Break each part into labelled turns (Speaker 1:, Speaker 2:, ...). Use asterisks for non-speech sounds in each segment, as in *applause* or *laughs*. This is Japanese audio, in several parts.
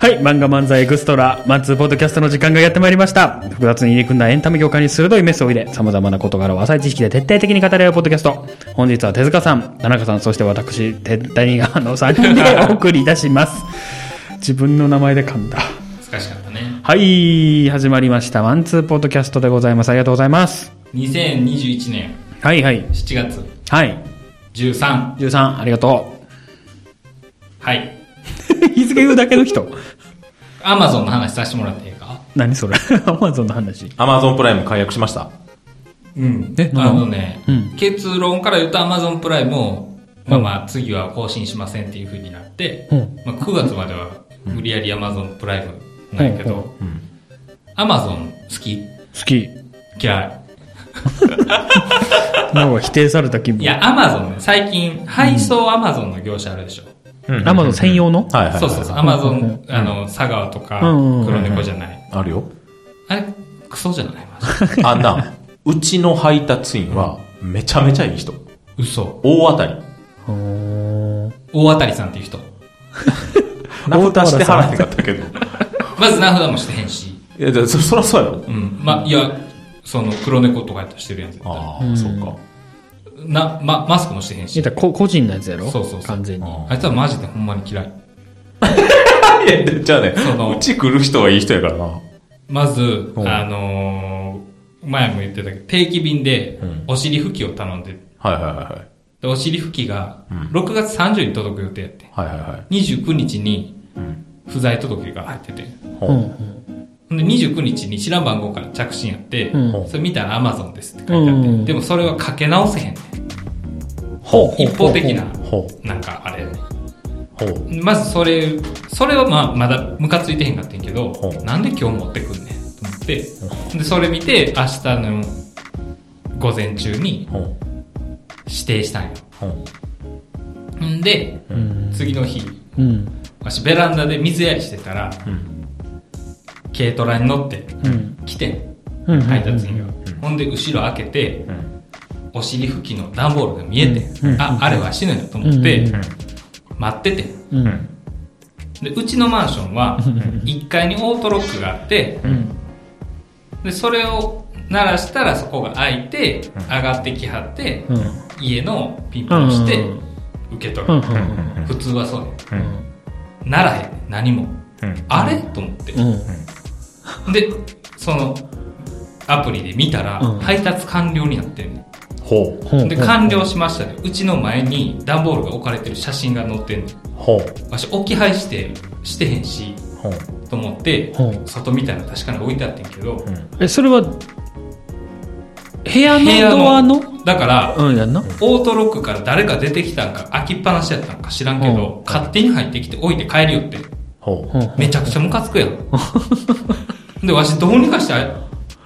Speaker 1: はい、漫画漫才エクストラ、マッツーポッドキャストの時間がやってまいりました。複雑に入り組んだエンタメ業界に鋭いメスを入れ、様々な事柄を浅い知識で徹底的に語り合うポッドキャスト。本日は手塚さん、田中さん、そして私、テッタニガの3人
Speaker 2: *laughs*
Speaker 1: でお送りいたします。自分の名前で噛んだ。
Speaker 2: 難しかったね
Speaker 1: はい、始まりました。マンツーポッドキャストでございます。ありがとうございます。
Speaker 2: 2021年
Speaker 1: はいはい。
Speaker 2: 7月
Speaker 1: はい。
Speaker 2: 13
Speaker 1: 13、ありがと
Speaker 2: *laughs*
Speaker 1: う。
Speaker 2: はい
Speaker 1: 日付言うだけの人。
Speaker 2: アマゾンの話させてもらっていいか
Speaker 1: 何それ *laughs* アマゾンの話。
Speaker 3: アマゾンプライム解約しました。
Speaker 2: うん
Speaker 1: えな
Speaker 2: あ
Speaker 1: んだ
Speaker 2: のね、
Speaker 1: うん
Speaker 2: 結論から言うとアマゾンプライムをまあまあ次は更新しませんっていう風になって、
Speaker 1: うん
Speaker 2: まあ、9月までは無理やりアマゾンプライムなんやけど、アマゾン好き
Speaker 1: 好き。
Speaker 2: 嫌い
Speaker 1: なんか否定された気分。
Speaker 2: いや、アマゾンね、最近、配送アマゾンの業者あるでしょ。
Speaker 1: アマゾン専用の
Speaker 3: はいはい、はい。
Speaker 2: そうそうそう、アマゾン、あの、佐川とか、
Speaker 1: うんうんうん
Speaker 2: 黒猫じゃない。
Speaker 3: あるよ。
Speaker 2: あれ、クソじゃないマジで
Speaker 3: あんな、うちの配達員は、めちゃめちゃいい人。
Speaker 2: 嘘。
Speaker 3: 大当たり。
Speaker 2: 大当たりさんっていう人。
Speaker 3: 名蓋して払らへんかったけど。
Speaker 2: まず名札もしてへんし。
Speaker 3: いや、だそそらそうやろ。
Speaker 2: うん。ま、いや、その、黒猫とかやったらしてるやん、絶対。
Speaker 3: ああ、そうか。
Speaker 2: な、ま、マスクもしてへん
Speaker 1: 言
Speaker 2: し
Speaker 1: っ。たらこ個人のやつやろ
Speaker 2: そうそうそう
Speaker 1: 完全に。
Speaker 2: あいつはマジでほんまに嫌い。
Speaker 3: いやで、じゃあね
Speaker 2: その、
Speaker 3: うち来る人はいい人やからな。
Speaker 2: まず、
Speaker 3: ん
Speaker 2: あのー前も言ってたけど、定期便で
Speaker 3: うん、
Speaker 2: お尻拭きを頼んで、
Speaker 3: はいはいはいはい。
Speaker 2: で、お尻拭きが、6月30に届く予定やって。
Speaker 3: はいはいはい。
Speaker 2: 29日に
Speaker 3: ん
Speaker 2: 不在届が入ってて。
Speaker 3: ほ
Speaker 1: うんん。
Speaker 2: ほんで29日に知らん番号から着信やって、
Speaker 1: う
Speaker 2: それ見たら Amazon ですって書いてあって、
Speaker 1: うん
Speaker 2: でもそれはかけ直せへんねん
Speaker 1: ほう
Speaker 2: 一方的な、
Speaker 3: ほ
Speaker 2: なんかあれ。
Speaker 3: う。ほう。
Speaker 2: まずそれ、それはまあまだムカついてへんかってんけど
Speaker 3: ほう、
Speaker 2: なんで今日持ってくんねんと思って、で、それ見て明日の午前中に
Speaker 3: ほう。
Speaker 2: 指定したんよ。
Speaker 3: ほう。
Speaker 2: んで、次の日、
Speaker 1: うん。
Speaker 2: わしベランダで水やりしてたら、
Speaker 3: うん。
Speaker 2: 軽トラに乗って
Speaker 1: うん。
Speaker 2: 来てん。
Speaker 1: うん。
Speaker 2: 配達員が、ほんで後ろ開けて、
Speaker 3: ん
Speaker 2: お尻拭きの段ボールが見えて、
Speaker 1: うんうん
Speaker 2: ああれは死ぬよと思って、
Speaker 1: うん
Speaker 2: 待ってて
Speaker 1: うん。
Speaker 2: でうちのマンションは1階にオートロックがあって
Speaker 1: うん。
Speaker 2: でそれを鳴らしたらそこが開いて上がってきはって、
Speaker 1: うん。
Speaker 2: 家のピンポンをして
Speaker 1: うん
Speaker 2: 受け取
Speaker 1: う
Speaker 2: る、
Speaker 1: ん。
Speaker 2: 普通はそうね
Speaker 3: うん。
Speaker 2: ならへん何も、あれと思って、
Speaker 1: うん。
Speaker 2: でそのアプリで見たら、
Speaker 1: うん
Speaker 2: 配達完了になってる
Speaker 3: ほう。
Speaker 1: ほう
Speaker 2: で、完了しましたね。うちの前に段ボールが置かれてる写真が載ってんの。
Speaker 3: ほう。
Speaker 2: わし、置き配して、してへんし、
Speaker 3: ほう。
Speaker 2: と思って
Speaker 1: ほう、
Speaker 2: 外見たら確かに置いてあってんけど、部
Speaker 1: え、それは、部屋のドアの
Speaker 2: だから、
Speaker 1: うん、やんな。
Speaker 2: オートロックから誰か出てきたんか、開きっぱなしやったんか知らんけ
Speaker 1: う
Speaker 2: ど、勝手に入ってきて置いて帰るよって。
Speaker 3: ほ
Speaker 1: う
Speaker 3: う。
Speaker 1: ん。
Speaker 2: めちゃくちゃムカつく
Speaker 1: *laughs*
Speaker 2: やん。で、わし、どうにかして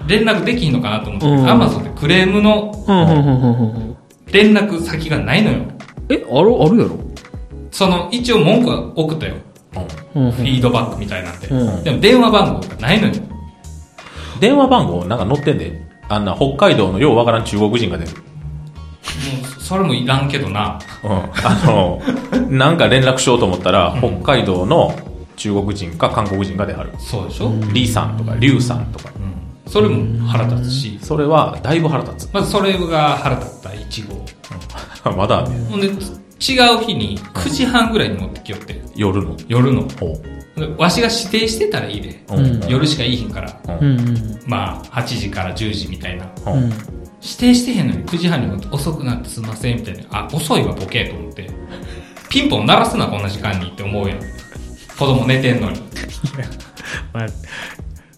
Speaker 2: 連絡できひんのかなと思って、
Speaker 1: うん
Speaker 2: Amazon でクレームの
Speaker 1: うん。うん。うん。うん。
Speaker 2: 連絡先がないのよ。
Speaker 1: え、ある、あるやろ
Speaker 2: その、一応文句は送ったよ。
Speaker 1: うん。
Speaker 2: フィードバックみたいなんで。
Speaker 1: うん
Speaker 2: でも電話番号がないのよ。
Speaker 3: 電話番号なんか載ってんで。あんな北海道のようわからん中国人が出る。
Speaker 2: もう、それもいらんけどな。
Speaker 3: うん。あの、なんか連絡しようと思ったら、北海道の中国人か韓国人が出はる。
Speaker 2: そうでしょ、
Speaker 3: リさんとか、リュウさんとか。
Speaker 2: それも腹立つし。
Speaker 3: それは、だいぶ腹立つ。 *laughs*
Speaker 2: まずそれが腹立った1号。
Speaker 3: まだあんねん
Speaker 2: ほんで、つ違う日に9時半ぐらいに持ってきよって。
Speaker 3: 夜の。
Speaker 2: 夜の。
Speaker 3: ほう。
Speaker 2: でわしが指定してたらいいで。
Speaker 3: うん
Speaker 2: 夜しかいい日から。
Speaker 1: うん。
Speaker 2: まあ、8時から10時みたいな。
Speaker 3: ほ
Speaker 1: う。
Speaker 3: うん
Speaker 2: 指定してへんのに9時半に持って遅くなってすんません、みたいな。あ、遅いわ、ボケと思って。ピンポン鳴らすな、こんな時間にって思うやん。子供寝てんのに。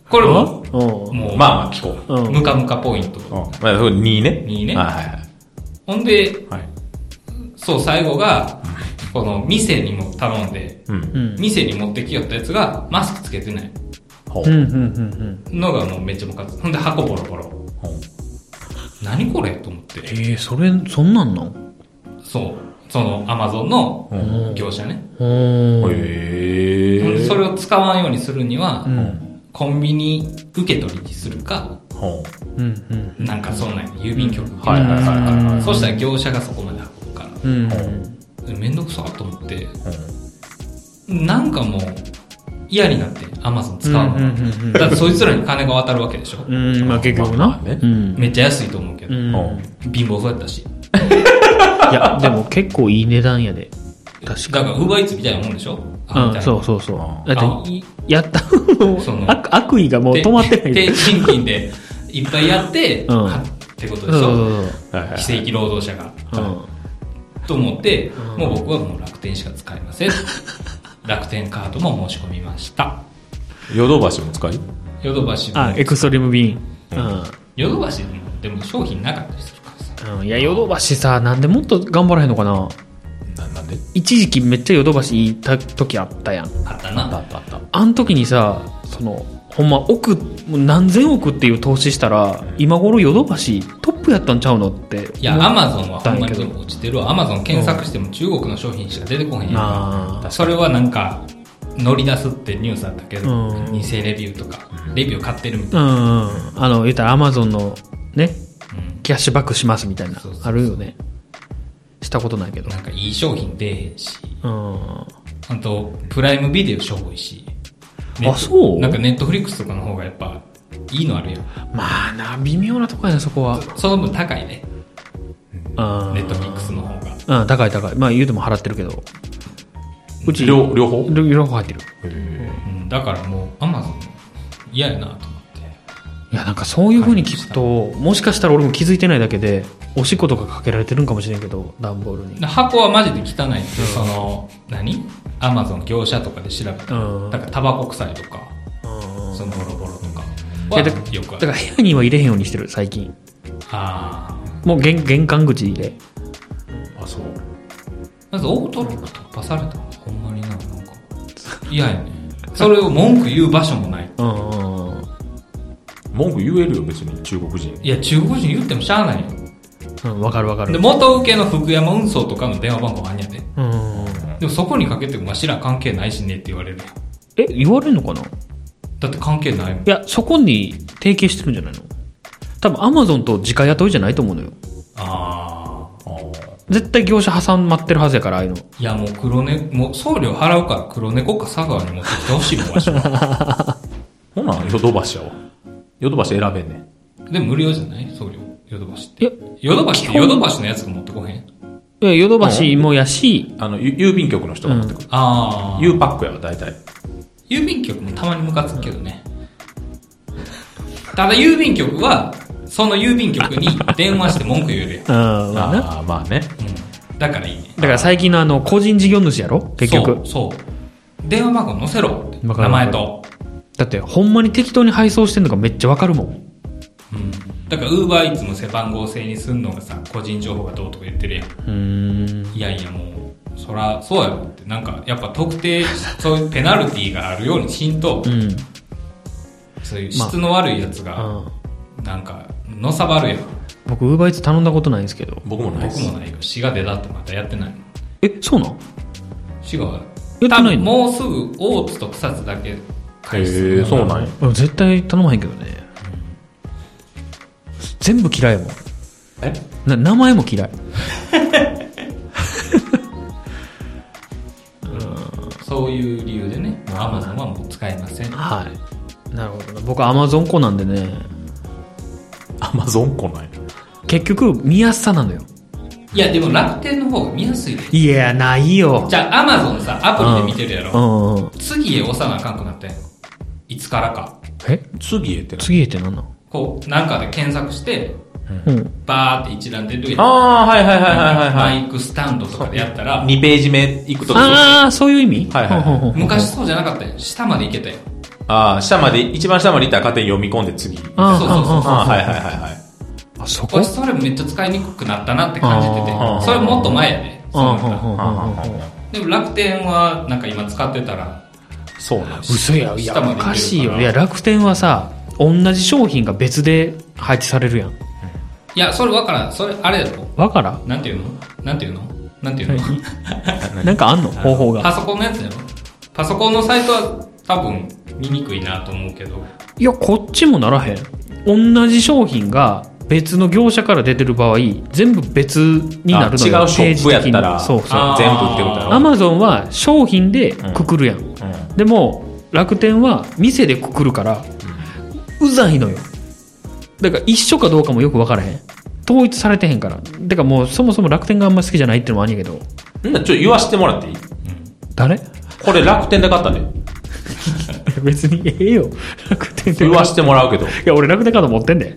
Speaker 2: これも、
Speaker 1: うん。
Speaker 2: もう、
Speaker 3: まあまあ、聞こう。
Speaker 1: うん。
Speaker 2: ムカムカポイント。
Speaker 3: うん。まあ、それ2ね。
Speaker 2: 二ね
Speaker 3: はいはい
Speaker 2: ほんで、
Speaker 3: はい。はい。
Speaker 2: そう、最後が、この、店にも頼んで、
Speaker 3: うん。
Speaker 1: うん。
Speaker 2: 店に持ってきよったやつが、マスクつけてない
Speaker 3: ほ
Speaker 1: うん。う
Speaker 3: う。
Speaker 1: ん。うん。
Speaker 2: のがもうめっちゃムカつく。ほんで、箱ボロボロ。
Speaker 3: ほう。
Speaker 2: 何これと思って。
Speaker 1: え、それ、そんなんなん
Speaker 2: そう、その、アマゾンの業者ね。
Speaker 1: おー。
Speaker 3: へ
Speaker 2: ほんで
Speaker 3: え。
Speaker 2: それを使わんようにするには
Speaker 1: う、ん。
Speaker 2: コンビニ受け取りにするか、
Speaker 3: ほほ
Speaker 1: うんうん
Speaker 2: なんかそんなんや郵便局
Speaker 3: はいはいはいはいはい
Speaker 2: そしたら業者がそこまで運ぶか
Speaker 1: うん
Speaker 2: らめんどくさと思って
Speaker 3: う
Speaker 2: なんかもう嫌になってアマゾン使うの
Speaker 1: うんうんうんうん
Speaker 2: がだってそいつらに金が渡るわけでしょ
Speaker 1: うんまあ結局
Speaker 3: ま
Speaker 1: な
Speaker 3: あね
Speaker 1: うん
Speaker 2: めっちゃ安いと思うけど
Speaker 1: うん
Speaker 3: ほ
Speaker 2: 貧乏そうやったし
Speaker 1: いやでも結構いい値段やで確
Speaker 2: だ
Speaker 1: か
Speaker 2: からウーバーイーツみたいなもんでしょあみた
Speaker 1: う
Speaker 2: い
Speaker 1: ん
Speaker 2: な
Speaker 1: そうそうそうだっていやった
Speaker 2: その
Speaker 1: 悪悪意がもう
Speaker 2: で
Speaker 1: 止まってない
Speaker 2: 低賃金でいっぱいやって、
Speaker 1: うん
Speaker 2: はってこと
Speaker 1: そうそ
Speaker 2: でし
Speaker 1: う
Speaker 2: ょ
Speaker 1: そう
Speaker 3: うはいはい
Speaker 2: 非正規労働者が。
Speaker 1: うん
Speaker 2: と思って、
Speaker 1: うん
Speaker 2: もう僕はもう楽天しか使い
Speaker 1: *laughs*
Speaker 2: ません。楽天カードも申し込みました。
Speaker 3: ヨドバシも使い
Speaker 2: ヨドバシも
Speaker 1: あ、エクストリームビーン。うん
Speaker 2: ヨドバシもでも商品なかったりするからさ。
Speaker 1: うんいや、ヨドバシさ、なんでもっと頑張らへんのかな
Speaker 3: ななんで
Speaker 1: 一時期めっちゃヨドバシ行った時あったやん。
Speaker 2: あった
Speaker 3: あったあ
Speaker 2: な。
Speaker 3: ったあった
Speaker 1: あん時にさ、その、ほんま億、もう何千億っていう投資したら、今頃ヨドバシトップやったんちゃうのって。
Speaker 2: いや、
Speaker 1: もう
Speaker 2: アマゾンはほんまに
Speaker 1: だけ
Speaker 2: 全
Speaker 1: ど
Speaker 2: 部落ちてるわ。アマゾン検索しても中国の商品しか出てこへんや
Speaker 1: あ
Speaker 2: ん。それはなんか、乗り出すってニュースあったけど、
Speaker 1: うん
Speaker 2: 偽レビューとか、レビュー買ってるみた
Speaker 1: ー
Speaker 2: い
Speaker 1: うん。あの、言ったらアマゾンのね、
Speaker 2: な。うん
Speaker 1: キャッシュバックしますみたいな
Speaker 2: そうそう、そ
Speaker 1: あ
Speaker 2: う
Speaker 1: るよね。したことないけど。
Speaker 2: なんかいい商品出えへんし、
Speaker 1: うん。
Speaker 2: あと、プライムビデオしょぼいし。
Speaker 1: あそう
Speaker 2: なんかネットフリックスとかの方がやっぱ、いいのあるよ。
Speaker 1: まあな、微妙なとこやな、そこは。
Speaker 2: その分高いね。
Speaker 1: ネ
Speaker 2: ネットフリックスの方が。
Speaker 1: うん、高い高い。まあ言うても払ってるけど。うち、
Speaker 3: 両両方
Speaker 1: 両両方入ってる。
Speaker 2: うん、だからもう、アマゾン嫌やなと思って。
Speaker 1: いや、なんかそういう風に聞くと、もしかしたら俺も気づいてないだけで、おしっことかかけられてるんかもしれんけど、段ボールに。
Speaker 2: で箱はマジで汚いって、その、何アマゾン業者とかで調べた。
Speaker 1: うん。うん
Speaker 2: だからタバコ臭いとか、そのボロボロとかは
Speaker 1: えだ
Speaker 2: よくあ
Speaker 1: だから
Speaker 2: る。
Speaker 1: 部屋には入れへんようにしてる、最近。
Speaker 2: ああ。
Speaker 1: もう玄玄関口入れ。
Speaker 3: あそう
Speaker 2: まずオートロック突破されたのほんまにな、なんか。嫌やね。それを文句言う場所もない。
Speaker 1: うんうんうん。
Speaker 3: 文句言えるよ別に中国人
Speaker 2: いや、中国人言ってもしゃあないよ。
Speaker 1: うん、わかるわか
Speaker 2: で、
Speaker 1: る。
Speaker 2: 元請けの福山運送とかの電話番号あんやで。
Speaker 1: うんうんうん。
Speaker 2: でもそこにかけてもわしら関係ないしねって言われるやん。
Speaker 1: え、言われんのかない
Speaker 2: だって関係ないもん。
Speaker 1: や、そこに提携してるんじゃないの多分アマゾンと自家雇いじゃないと思うのよ。
Speaker 2: ああ。
Speaker 3: あー
Speaker 1: 絶対業者挟まってるはずやから、ああいうの。
Speaker 2: いや、もう黒猫、もう送料払うから黒猫か佐川に持ってきてほしいもん、わしは。
Speaker 3: ほなヨドバシやわヨドバシ選べんねん
Speaker 2: でも無料じゃない送料。ヨドバシっ
Speaker 1: いや
Speaker 2: て。ヨドバシっ
Speaker 1: 基
Speaker 2: て
Speaker 1: 本
Speaker 2: ヨドバシのやつが持ってこへん
Speaker 1: いや、ヨドバシもやし、
Speaker 3: あのゆ郵便局の人が持ってくる、
Speaker 2: ああ。
Speaker 3: U パックやわ大体
Speaker 2: 郵便局もたまにムカつくけどね。ただ郵便局は、その郵便局に電話して文句言えるやん。
Speaker 1: うん、まあな。
Speaker 3: ああまあね
Speaker 2: うん。だからいいね。
Speaker 1: だから最近のあの、個人事業主やろ結局。
Speaker 2: そう。そう電話番号載せろって。
Speaker 1: わか
Speaker 2: 名
Speaker 1: る
Speaker 2: 前と。
Speaker 1: だって、ほんまに適当に配送してんのがめっちゃわかるもん。
Speaker 2: うん。だから、ウーバーイーツも背番号制にすんのがさ、個人情報がどうとか言ってるやん。
Speaker 1: うん。
Speaker 2: いやいや、もう、そら、そうやろって。なんか、やっぱ特定、 *laughs* そういうペナルティがあるようにしんと
Speaker 1: う、ん。
Speaker 2: そういう質の悪いやつが、なんか、のさばるやん。
Speaker 1: 僕、ウーバーイーツ頼んだことないんですけど。
Speaker 3: 僕もないです
Speaker 2: 僕もないよ。滋賀でだってまたやってないの。
Speaker 1: え、そうなん
Speaker 2: 滋賀は、
Speaker 1: え
Speaker 2: 多
Speaker 1: ない
Speaker 2: 分
Speaker 1: の
Speaker 2: もうすぐ、大津と草津だけ開
Speaker 3: へえ
Speaker 2: 始
Speaker 3: そうなんや
Speaker 1: うん絶対頼まへんけどね。全部嫌いやもん。
Speaker 3: え
Speaker 1: な名前も嫌い。
Speaker 2: そういう理由でね、アマゾンはもう使えません。
Speaker 1: はい。なるほどな。僕、アマゾン子なんでね、
Speaker 3: アマゾン来ない
Speaker 1: 結局、見やすさなのよ。
Speaker 2: いや、でも楽天の方が見やすいで。
Speaker 1: いや、ないよ。
Speaker 2: じゃあ、アマゾンさ、アプリで見てるや
Speaker 1: う
Speaker 2: ろ。
Speaker 1: んうん。
Speaker 2: 次へ押さなあかんくなったやん。いつからか。
Speaker 1: え
Speaker 3: 次へってな
Speaker 1: 次へってなんなん
Speaker 2: こう、なんかで検索して、
Speaker 1: うん。
Speaker 2: バーって一覧出るやん。
Speaker 3: ああはいはいはいはいはいはい
Speaker 2: マイクスタンドとかでやったら、
Speaker 3: 2ページ目行くとあ
Speaker 1: ああ、そういう意味
Speaker 3: はいはいはい
Speaker 1: ほんほんほん
Speaker 2: 昔そうじゃなかったやん。下まで行けたやん。
Speaker 3: あー下まで一番下まで行ったら勝手に読み込んで次あ
Speaker 1: あー
Speaker 2: そうそうそう
Speaker 1: あーあー
Speaker 3: あーはいはいはいはい
Speaker 1: あそこ
Speaker 2: 私それめっちゃ使いにくくなったなって感じてて
Speaker 1: あ
Speaker 3: ー、
Speaker 2: それもっと前やで。そう
Speaker 1: うん
Speaker 2: な
Speaker 1: うんんう
Speaker 2: だ
Speaker 1: んうんうん
Speaker 2: でも楽天は、なんか今使ってたら、
Speaker 3: そうなんです
Speaker 1: 嘘やいや
Speaker 2: 下まで行ける
Speaker 1: おかしいよ
Speaker 2: から
Speaker 1: いや楽天はさ同じ商品が別で配置されるやん
Speaker 2: いや、それわからん。それ、あれやろ。
Speaker 1: わから
Speaker 2: なんていうのなんていうのなんていうの
Speaker 1: なんかあんの方法が
Speaker 2: パソコンのやつやろパソコンのサイトは多分見にくいなと思うけど
Speaker 1: いやこっちもならへん同じ商品が別の業者から出てる場合全部別になるのよ
Speaker 3: あ違うショップやった
Speaker 1: ペー
Speaker 3: ら
Speaker 1: ジ的にそうそう
Speaker 2: あ
Speaker 3: 全部ってことやろ
Speaker 1: アマゾンは商品でくくるやん、
Speaker 3: うん
Speaker 1: でも楽天は店でくくるからうざいのよだから一緒かどうかもよく分からへん統一されてへんからてかもうそもそも楽天があんま好きじゃないってのもあんやけど
Speaker 3: んなちょっと言わしてもらっていい
Speaker 1: 誰
Speaker 3: これ楽天で買ったで
Speaker 1: *laughs* 別にええよ楽天で
Speaker 3: 言わしてもらうけど
Speaker 1: いや俺楽天カード持ってんで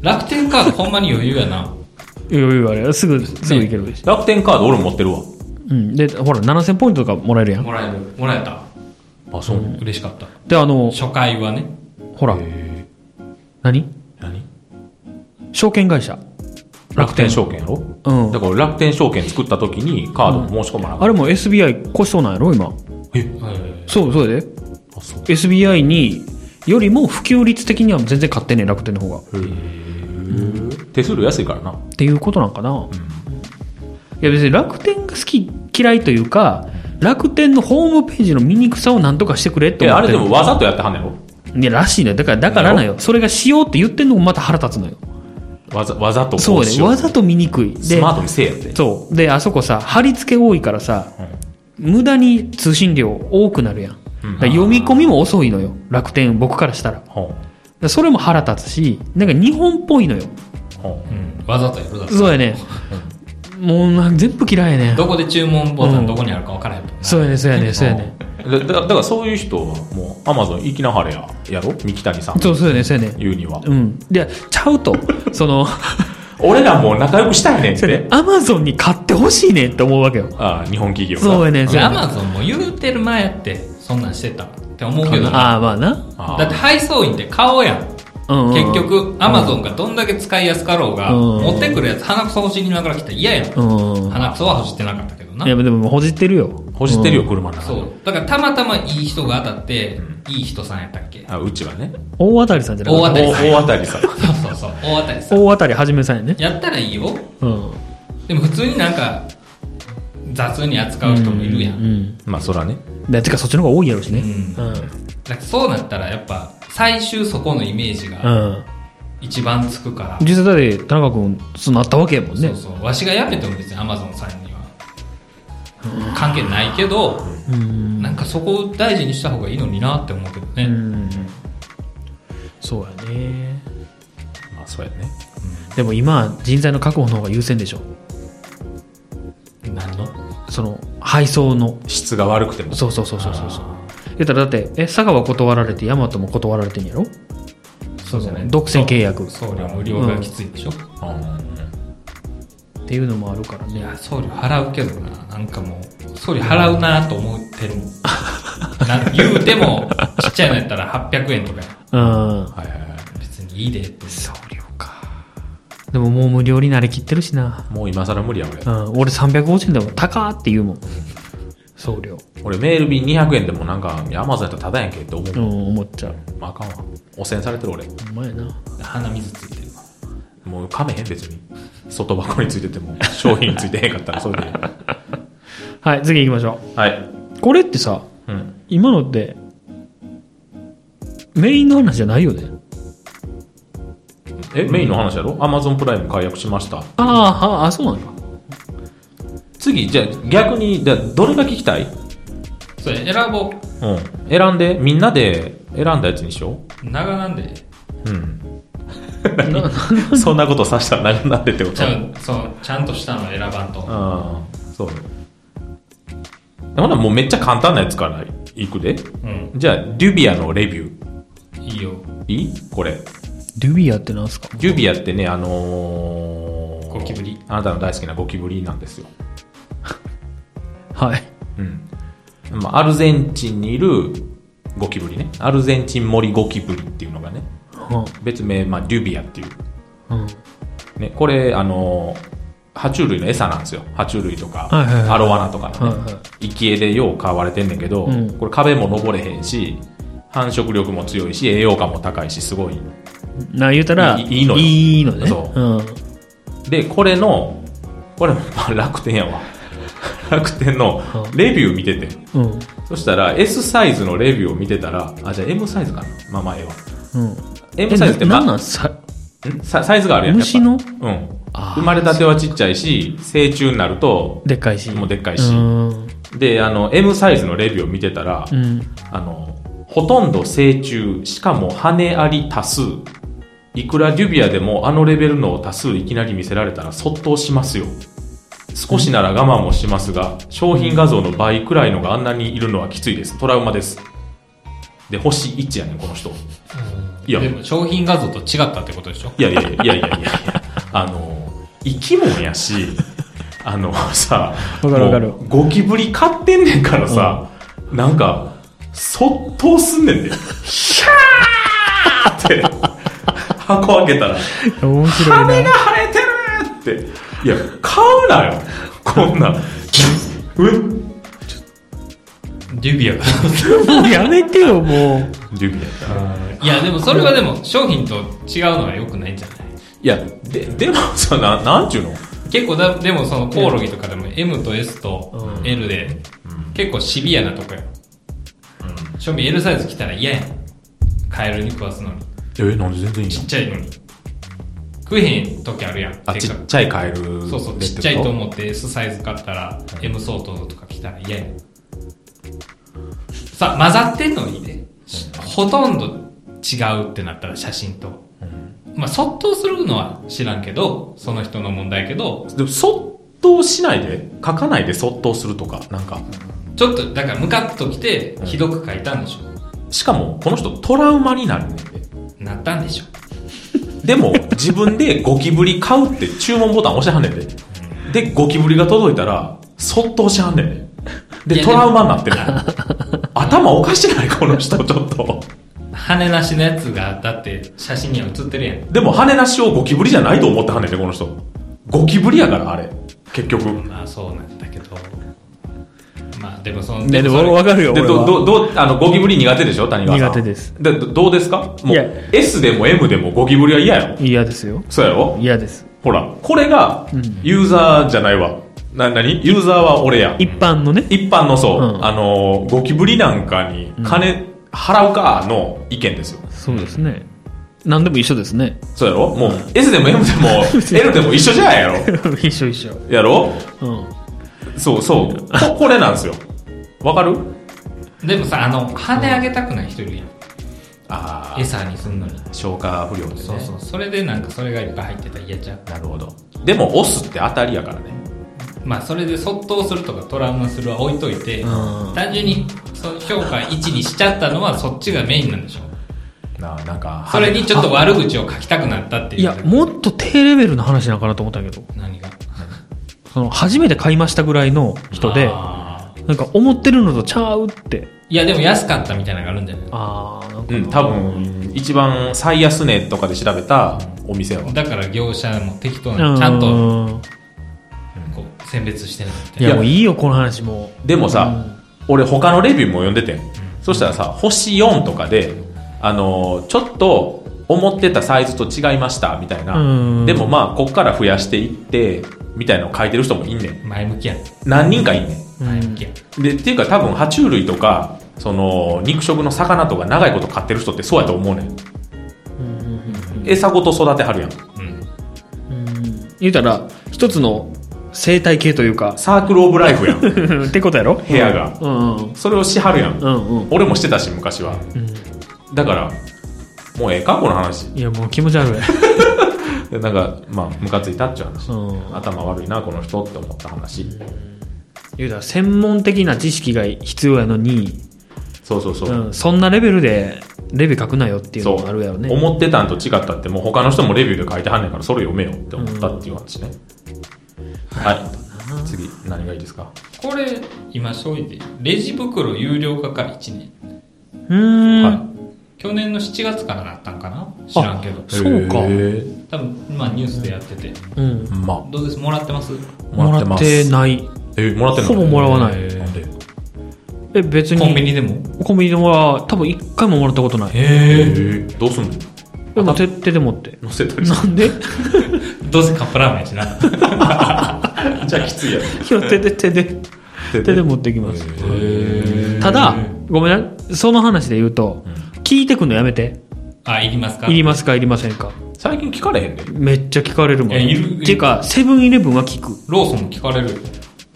Speaker 2: 楽天カードほんまに余裕やな。
Speaker 1: いやいやいやすぐすぐいけるし、
Speaker 3: 楽天カード俺も持ってるわ
Speaker 1: うん、でほら7000ポイントとかもらえるやん
Speaker 2: もらえる。もらえた。
Speaker 3: あそう、
Speaker 2: 嬉しかった。
Speaker 1: であの
Speaker 2: 初回はね。
Speaker 1: ほら何
Speaker 3: 何
Speaker 1: 証券会社
Speaker 3: 楽天証券やろ、
Speaker 1: うん
Speaker 3: だから俺楽天証券作った時にカード申し込まなか
Speaker 1: あれも SBI 越しそうなんやろ今
Speaker 2: え
Speaker 1: そうそうやで
Speaker 3: った、あそう
Speaker 1: SBI によりも普及率的には全然勝ってんねん楽天の方がっ
Speaker 3: 手数料安いからな
Speaker 1: ていうことなんかな、いや別に楽天が好き嫌いというか楽天のホームページの醜さをなんとかしてくれっ
Speaker 3: い
Speaker 1: て
Speaker 3: や
Speaker 1: 思っ
Speaker 3: あれ
Speaker 1: て
Speaker 3: で
Speaker 1: る
Speaker 3: もわざとやってはんねやろ
Speaker 1: いやらしいねだからだからなよそれがしようって言ってんのもまた腹立つのよ
Speaker 3: わざわざと
Speaker 1: そう
Speaker 3: し
Speaker 1: ね
Speaker 3: よ
Speaker 1: わざと醜いで
Speaker 3: スマートにせえやって
Speaker 1: そうであそこさ貼り付け多いからさ、無駄に通信量多くなるやん、だから読み込みも遅いのよ楽天僕からしたらだか
Speaker 3: ほ
Speaker 1: らそれも腹立つしなんか日本っぽいのよ
Speaker 3: うほ
Speaker 2: えうん。わざとやるだろ
Speaker 1: そうやねもうなん全部嫌いやね
Speaker 2: どこで注文ボタ
Speaker 1: うん
Speaker 2: ンどこにあるか分からへんもんな。
Speaker 1: そうやねそうやねそうやね
Speaker 3: うだだだからそういう人はもうアマゾン行きなはれややろ三木谷さん
Speaker 1: そうそうやねそうやね
Speaker 3: 言うには
Speaker 1: うんでちゃうとその
Speaker 3: 俺らもう仲良くしたいねんっ
Speaker 1: そうやね
Speaker 3: て
Speaker 1: アマゾンに買ってほしいねんって思うわけよ
Speaker 3: ああ日本企業が
Speaker 1: そうやねそう
Speaker 2: ア
Speaker 1: やね
Speaker 2: マゾンも言うてる前って、そんなんしてたって思うけどな。
Speaker 1: ああまあな
Speaker 3: ああ
Speaker 2: だって配送員って顔やん。
Speaker 1: うんうん
Speaker 2: 結局、アマゾンがどんだけ使いやすかろうが、
Speaker 1: うん
Speaker 2: 持ってくるやつ鼻くそ欲しいながら来たら嫌やん。
Speaker 1: うんうん。
Speaker 2: 鼻くそは欲してなかったけどない
Speaker 1: やでもほじってるよ
Speaker 3: ほじってるよ車の中
Speaker 2: そう。だからたまたまいい人が当たって、いい人さんやったっけ
Speaker 3: あうちはね
Speaker 1: 大当たりさんじゃなかった
Speaker 2: 大当たりさん
Speaker 3: 大当たりさん
Speaker 2: そうそうそう。大当たりさん。
Speaker 1: 大当たりはじめさんやね
Speaker 2: やったらいいよ。
Speaker 1: うん
Speaker 2: でも普通になんか、雑に扱う人もいるやん。
Speaker 1: うん
Speaker 3: まあそらね
Speaker 1: でてかそっちの方が多いやろうしね
Speaker 2: う
Speaker 1: うん
Speaker 2: だからそうなったらやっぱ、最終そこのイメージ
Speaker 1: う
Speaker 2: が
Speaker 1: ん
Speaker 2: 一番つくから。
Speaker 1: 実際だって田中君そうなったわけやもんね
Speaker 2: そうそう。わしが辞めても別にアマゾンさんには関係ないけど、
Speaker 1: うん
Speaker 2: なんかそこを大事にした方がいいのになって思うけどね。
Speaker 1: うんそうやね
Speaker 3: まあそうやね
Speaker 1: でも今人材の確保の方が優先でしょ
Speaker 2: 何の
Speaker 1: その配送の
Speaker 3: 質が悪くても
Speaker 1: そうそうそうそうそうそう言ったらだってえ佐賀は断られて大和も断られてんやろ
Speaker 2: そうじゃない。
Speaker 1: 独占契約
Speaker 2: 送料無料がきついでしょ、
Speaker 3: うん
Speaker 1: っていうのもあるから
Speaker 2: い
Speaker 1: ね
Speaker 2: や送料払うけどななんかもう送料払うなと思ってるもん
Speaker 1: *laughs*
Speaker 2: な言うてもちっちゃいのやったら800円とかや
Speaker 1: うん
Speaker 3: はいはいはい
Speaker 2: 別にいいでって
Speaker 1: 送料かでももう無料になりきってるしな
Speaker 3: もう今更無理や
Speaker 1: うん、俺350円でも高ーって言うもん送料
Speaker 3: 俺俺メール便200円でもなんかいやアマゾンやったらただやんけって思う
Speaker 1: うん思っちゃう
Speaker 3: まああかんわ汚染されてる俺
Speaker 1: うまいな
Speaker 2: 鼻水ついてるわ
Speaker 3: もう噛めへん別に外箱についてても商品についてへんかったらそれでいい
Speaker 1: はい次行きましょ
Speaker 3: はい、
Speaker 1: うこれってさ
Speaker 3: うん、
Speaker 1: 今のってメインの話じゃないよね
Speaker 3: えメインの話やろアマゾンプライム解約しました
Speaker 1: ああああそうなんだ
Speaker 3: 次じゃあ逆にじゃあどれが聞きたい、
Speaker 2: それ選ぼ
Speaker 3: うん、選んでみんなで選んだやつにしよ
Speaker 2: う長なんで
Speaker 3: ううんそんなことさしたらなくなってってこ
Speaker 2: ち
Speaker 3: と
Speaker 2: ゃんそうちゃんとしたの選ばんと
Speaker 3: ああ、そうね。ほな、もうめっちゃ簡単なやつからいくで。
Speaker 2: うん
Speaker 3: じゃあ、デュビアのレビュー。
Speaker 2: いいよ
Speaker 3: いいこれ。
Speaker 1: ルビアってなんすか
Speaker 3: デュビアってね、あのー、
Speaker 2: ゴキブリ。
Speaker 3: あなたの大好きなゴキブリなんですよ。
Speaker 1: はい
Speaker 3: うん。まあ、アルゼンチンにいるゴキブリね。アルゼンチン森ゴキブリっていうのがね、別名、まあ、デュビアっていう。
Speaker 1: うん、うん、
Speaker 3: ね、これ、あのー爬虫類の餌なんですよ。爬虫類とか、
Speaker 1: はいはいはい
Speaker 3: アロワナとかのね、
Speaker 1: はいは
Speaker 3: 生き絵でよう飼われてんねんけど、
Speaker 1: うん
Speaker 3: これ壁も登れへんし、繁殖力も強いし、栄養価も高いし、すごい。
Speaker 1: な言うたら
Speaker 3: いいいいのよ
Speaker 1: いいのね、
Speaker 3: そう
Speaker 1: ん、
Speaker 3: で、これの、これもまあ楽天やわ。 *laughs* 楽天のレビュー見てて。
Speaker 1: うん
Speaker 3: そしたら S サイズのレビューを見てたら、あ、じゃあ M サイズかな。まあまあええわ。
Speaker 1: うん
Speaker 3: M サイズって、
Speaker 1: なな
Speaker 3: ま
Speaker 1: んな
Speaker 3: あ、
Speaker 1: んさ
Speaker 3: ササイズがあるやん。やっぱ
Speaker 1: 虫の
Speaker 3: うん。
Speaker 1: あー
Speaker 3: 生まれたてはちっちゃいし、成虫になると、
Speaker 1: でっかいし。
Speaker 3: もうでっかいし
Speaker 1: うん。
Speaker 3: で、あの、M サイズのレビューを見てたら、
Speaker 1: うん。
Speaker 3: あの、ほとんど成虫、しかも羽あり多数。いくらデュビアでもあのレベルの多数いきなり見せられたらそっと押しますよ。少しなら我慢もしますが、商品画像の倍くらいのがあんなにいるのはきついです。トラウマです。で、星1やねん、この人。いや
Speaker 2: でも商品画像と違ったってことでしょ
Speaker 3: いやいやいやいやいやいやいや、あの、生き物やし、
Speaker 2: *laughs*
Speaker 3: あのさ、
Speaker 1: わかるわかる
Speaker 3: もうゴキブリ飼ってんねんからさ、なんか、そっと押すんねんで、シャーって、箱開けたら、
Speaker 1: 面白い
Speaker 3: 羽が
Speaker 1: な。
Speaker 3: 生えてるって、いや、買うなよ、こんなん。え
Speaker 2: デュビアが。
Speaker 1: もうやめてよ、もう。
Speaker 3: デュビやっ
Speaker 2: *laughs*
Speaker 3: た。
Speaker 2: いや、でもそれはでも商品と違うのは良くないんじゃない
Speaker 3: いや、で、でもさ、ななんちゅうの
Speaker 2: 結構だ、でもそのコオロギとかでも M と S と L で、結構シビアなとこや。正味 L サイズ来たら嫌やん。カエルに食わすのに。
Speaker 3: え、なんで全然いい
Speaker 2: ち
Speaker 3: の
Speaker 2: っちゃいのに。食えへん時あるやん。
Speaker 3: あ、
Speaker 2: で
Speaker 3: ち
Speaker 2: か
Speaker 3: っちゃいカエルでってこと。
Speaker 2: そうそう、ちっちゃいと思って S サイズ買ったら、M 相当のとか来たら嫌やん。さ、混ざってんのにね、しほとんど違うってなったら写真と。まあ、そっとするのは知らんけど、その人の問題やけど、
Speaker 3: でも、そっとしないで、書かないでそっとするとか、なんか、
Speaker 2: ちょっと、だからムカッと来て、ひどく書いたんでしょ。
Speaker 3: しかも、この人トラウマになるねんで。
Speaker 2: なったんでしょ。
Speaker 3: でも、自分でゴキブリ買うって注文ボタン押しはんねんで。で、ゴキブリが届いたら、そっと押しはんねんで。
Speaker 2: い
Speaker 3: で、
Speaker 2: や
Speaker 3: トラウマになってない。頭おかしないこの人、ちょっと。
Speaker 2: 羽なしのやつが、だって写真には写ってるやん。
Speaker 3: でも、羽なしをゴキブリじゃないと思ってはんねんで、この人。ゴキブリやから、あれ。結局。
Speaker 2: まあ、そうなんだけど。まあ、でもその、
Speaker 1: ね、で
Speaker 2: それ
Speaker 1: もわかるよ、
Speaker 3: で、
Speaker 1: 俺
Speaker 3: ど、
Speaker 1: は。
Speaker 3: ど、ど、あの、ゴキブリ苦手でしょ谷川さん。
Speaker 1: 苦手です。
Speaker 3: で、どどうですかも
Speaker 1: いや
Speaker 3: う、S でも M でもゴキブリは嫌やろ。
Speaker 1: 嫌ですよ。
Speaker 3: そうやろ
Speaker 1: 嫌です。
Speaker 3: ほら、これが、ユーザーじゃないわ。な、なにユーザーは俺や。
Speaker 1: 一般のね。
Speaker 3: 一般のそう、
Speaker 1: うん
Speaker 3: あのー、ゴキブリなんかに金払うかの意見ですよ。
Speaker 1: そうですね。何でも一緒ですね。
Speaker 3: そうやろもう、S でも M で
Speaker 2: *laughs*
Speaker 3: も L でも *laughs* 一緒じゃんやろ
Speaker 1: 一緒一緒。
Speaker 3: やろ
Speaker 1: うん。
Speaker 3: そうそう。ここれなんですよ。わかる
Speaker 2: でもさ、あの、羽あげたくない人いるやん。
Speaker 3: ああ、
Speaker 2: 餌にすんのに。
Speaker 3: 消化不良でね。
Speaker 2: そうそう。それでなんかそれがいっぱい入ってたら嫌ちゃう。
Speaker 3: なるほど。でも、オスって当たりやからね。
Speaker 2: まあ、それでそっとするとかトラウマするは置いといて、
Speaker 1: うん
Speaker 2: 単純にその評価1にしちゃったのはそっちがメインなんでしょ。
Speaker 3: なあ、なんか、
Speaker 2: それにちょっと悪口を書きたくなったっていう。
Speaker 1: いや、もっと低レベルの話なんかなと思ったけど、
Speaker 2: 何が
Speaker 1: その、初めて買いましたぐらいの人で、
Speaker 2: あー
Speaker 1: なんか思ってるのとちゃうって。
Speaker 2: いや、でも安かったみたいなのがあるんじゃない
Speaker 1: あー、なんか、
Speaker 3: うん、多分、一番最安値とかで調べたお店は。
Speaker 2: だから業者も適当
Speaker 1: う
Speaker 2: な、ちゃんと
Speaker 1: と。
Speaker 2: こう選別してないみた
Speaker 1: い
Speaker 2: いな。
Speaker 1: や、もういいよ、この話も
Speaker 3: でもさ、俺他のレビューも読んでてん。そしたらさ、星4とかで、あのーちょっと思ってたサイズと違いました、みたい
Speaker 1: うん
Speaker 3: な。でもまあ、こっから増やしていって、みたいの書いてる人もいんねん。
Speaker 2: 前向きやん。
Speaker 3: 何人かいんねん。
Speaker 1: う。
Speaker 2: 前向きやん。
Speaker 3: で、っていうか多分、爬虫類とか、その、肉食の魚とか長いこと飼ってる人ってそうやと思うねん。餌ごと育てはるやん。
Speaker 2: うん。
Speaker 1: うん言うたら、一つの生態系というか、 *laughs*
Speaker 3: サークルオブライフやん。部
Speaker 1: ってことやろ
Speaker 3: 屋が。
Speaker 1: うんうん。
Speaker 3: それをしはるやん。
Speaker 1: うんうん。
Speaker 3: 俺もしてたし、昔は。だから、もうええか、この話。
Speaker 1: いや、もう気持ち悪い。
Speaker 3: でなんかまあムカついたっちゅう話、
Speaker 1: うん
Speaker 3: 頭悪いなこの人って思った話、
Speaker 1: 言うたら、専門的な知識が必要やのに、
Speaker 3: そうそうそう、
Speaker 1: うん、そんなレベルでレビュー書くなよっていう
Speaker 3: そ
Speaker 1: の
Speaker 3: う
Speaker 1: もあるやろね。
Speaker 3: 思ってたんと違ったってもう他の人もレビューで書いてはんねんからそれ読めよって思ったっていう話ね、はい次何がいいですか
Speaker 2: これ、今、消費で、レジ袋有料化から1年。
Speaker 1: うーん、
Speaker 3: はい
Speaker 2: 去年の7月からなったんかな知らんけど。
Speaker 1: そうか
Speaker 3: へー
Speaker 2: 多分、まあニュースでやってて。
Speaker 1: うん。
Speaker 3: ま
Speaker 2: どうですもらってます
Speaker 3: あ
Speaker 1: もらって
Speaker 3: い
Speaker 1: ない。
Speaker 3: えーもらってんの
Speaker 1: ほぼもらわない
Speaker 3: えーんで
Speaker 1: え、別に。
Speaker 2: コンビニでも
Speaker 1: コンビニは多分一回ももらったことない。
Speaker 3: え
Speaker 2: へ
Speaker 3: ーどうすんの
Speaker 1: でも、手手で持って。
Speaker 3: 乗せ
Speaker 1: *laughs*
Speaker 3: たりし
Speaker 1: なんで
Speaker 2: どうせカップラーメンやしな。
Speaker 3: てじゃあきついや
Speaker 1: いや、手で、手で、
Speaker 3: つ
Speaker 1: 手で持ってきます。
Speaker 3: へ
Speaker 1: ただ、ごめんな、その話で言うと、聞いてくんのやめて。
Speaker 2: あ、いりますか
Speaker 1: いりますかいりませんか
Speaker 3: 最近聞かれへんで。
Speaker 1: めっちゃ聞かれるもん。
Speaker 2: いやいるいる
Speaker 1: っていうか、セブンイレブンは聞く。
Speaker 2: ローソン聞かれる。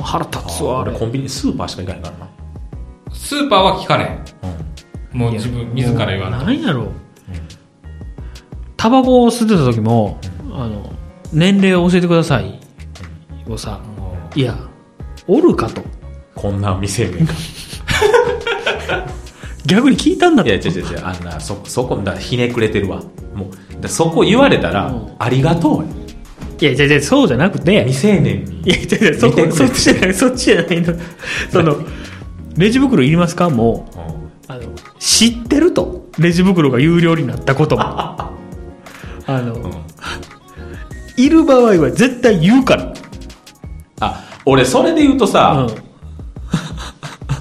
Speaker 1: 腹立つわ、あ
Speaker 3: 俺
Speaker 1: れ。
Speaker 3: コンビニ、スーパーしか行かへんからな。
Speaker 2: スーパーは聞かれへん。もう自分、自ら言わない。
Speaker 1: ない。んやろ。タバコを吸ってた時も、あの、年齢を教えてください。をさ、いや、おるかと。
Speaker 3: こんな店ねんか。
Speaker 1: 逆に聞いたんだっ
Speaker 3: *laughs* い
Speaker 1: て
Speaker 3: や、違う違う違う。あんな、そ、そこ、だからひねくれてるわ。もう、だからそこ言われたら、
Speaker 1: うん
Speaker 3: ありがとうや。
Speaker 1: いや、じゃじゃそうじゃなくて、
Speaker 3: 未成年
Speaker 1: いや、
Speaker 3: に。
Speaker 1: 違う違う、そ
Speaker 3: 見てく
Speaker 1: こ、そ
Speaker 3: れ
Speaker 1: っちじゃない、そっちじゃないの。その、レジ袋いりますかもう、
Speaker 3: うん
Speaker 1: あの、知ってると。レジ袋が有料になったこと
Speaker 3: *laughs*
Speaker 1: も。あの、いる場合は絶対言うから。
Speaker 3: あ、俺、それで言うとさ、
Speaker 1: うん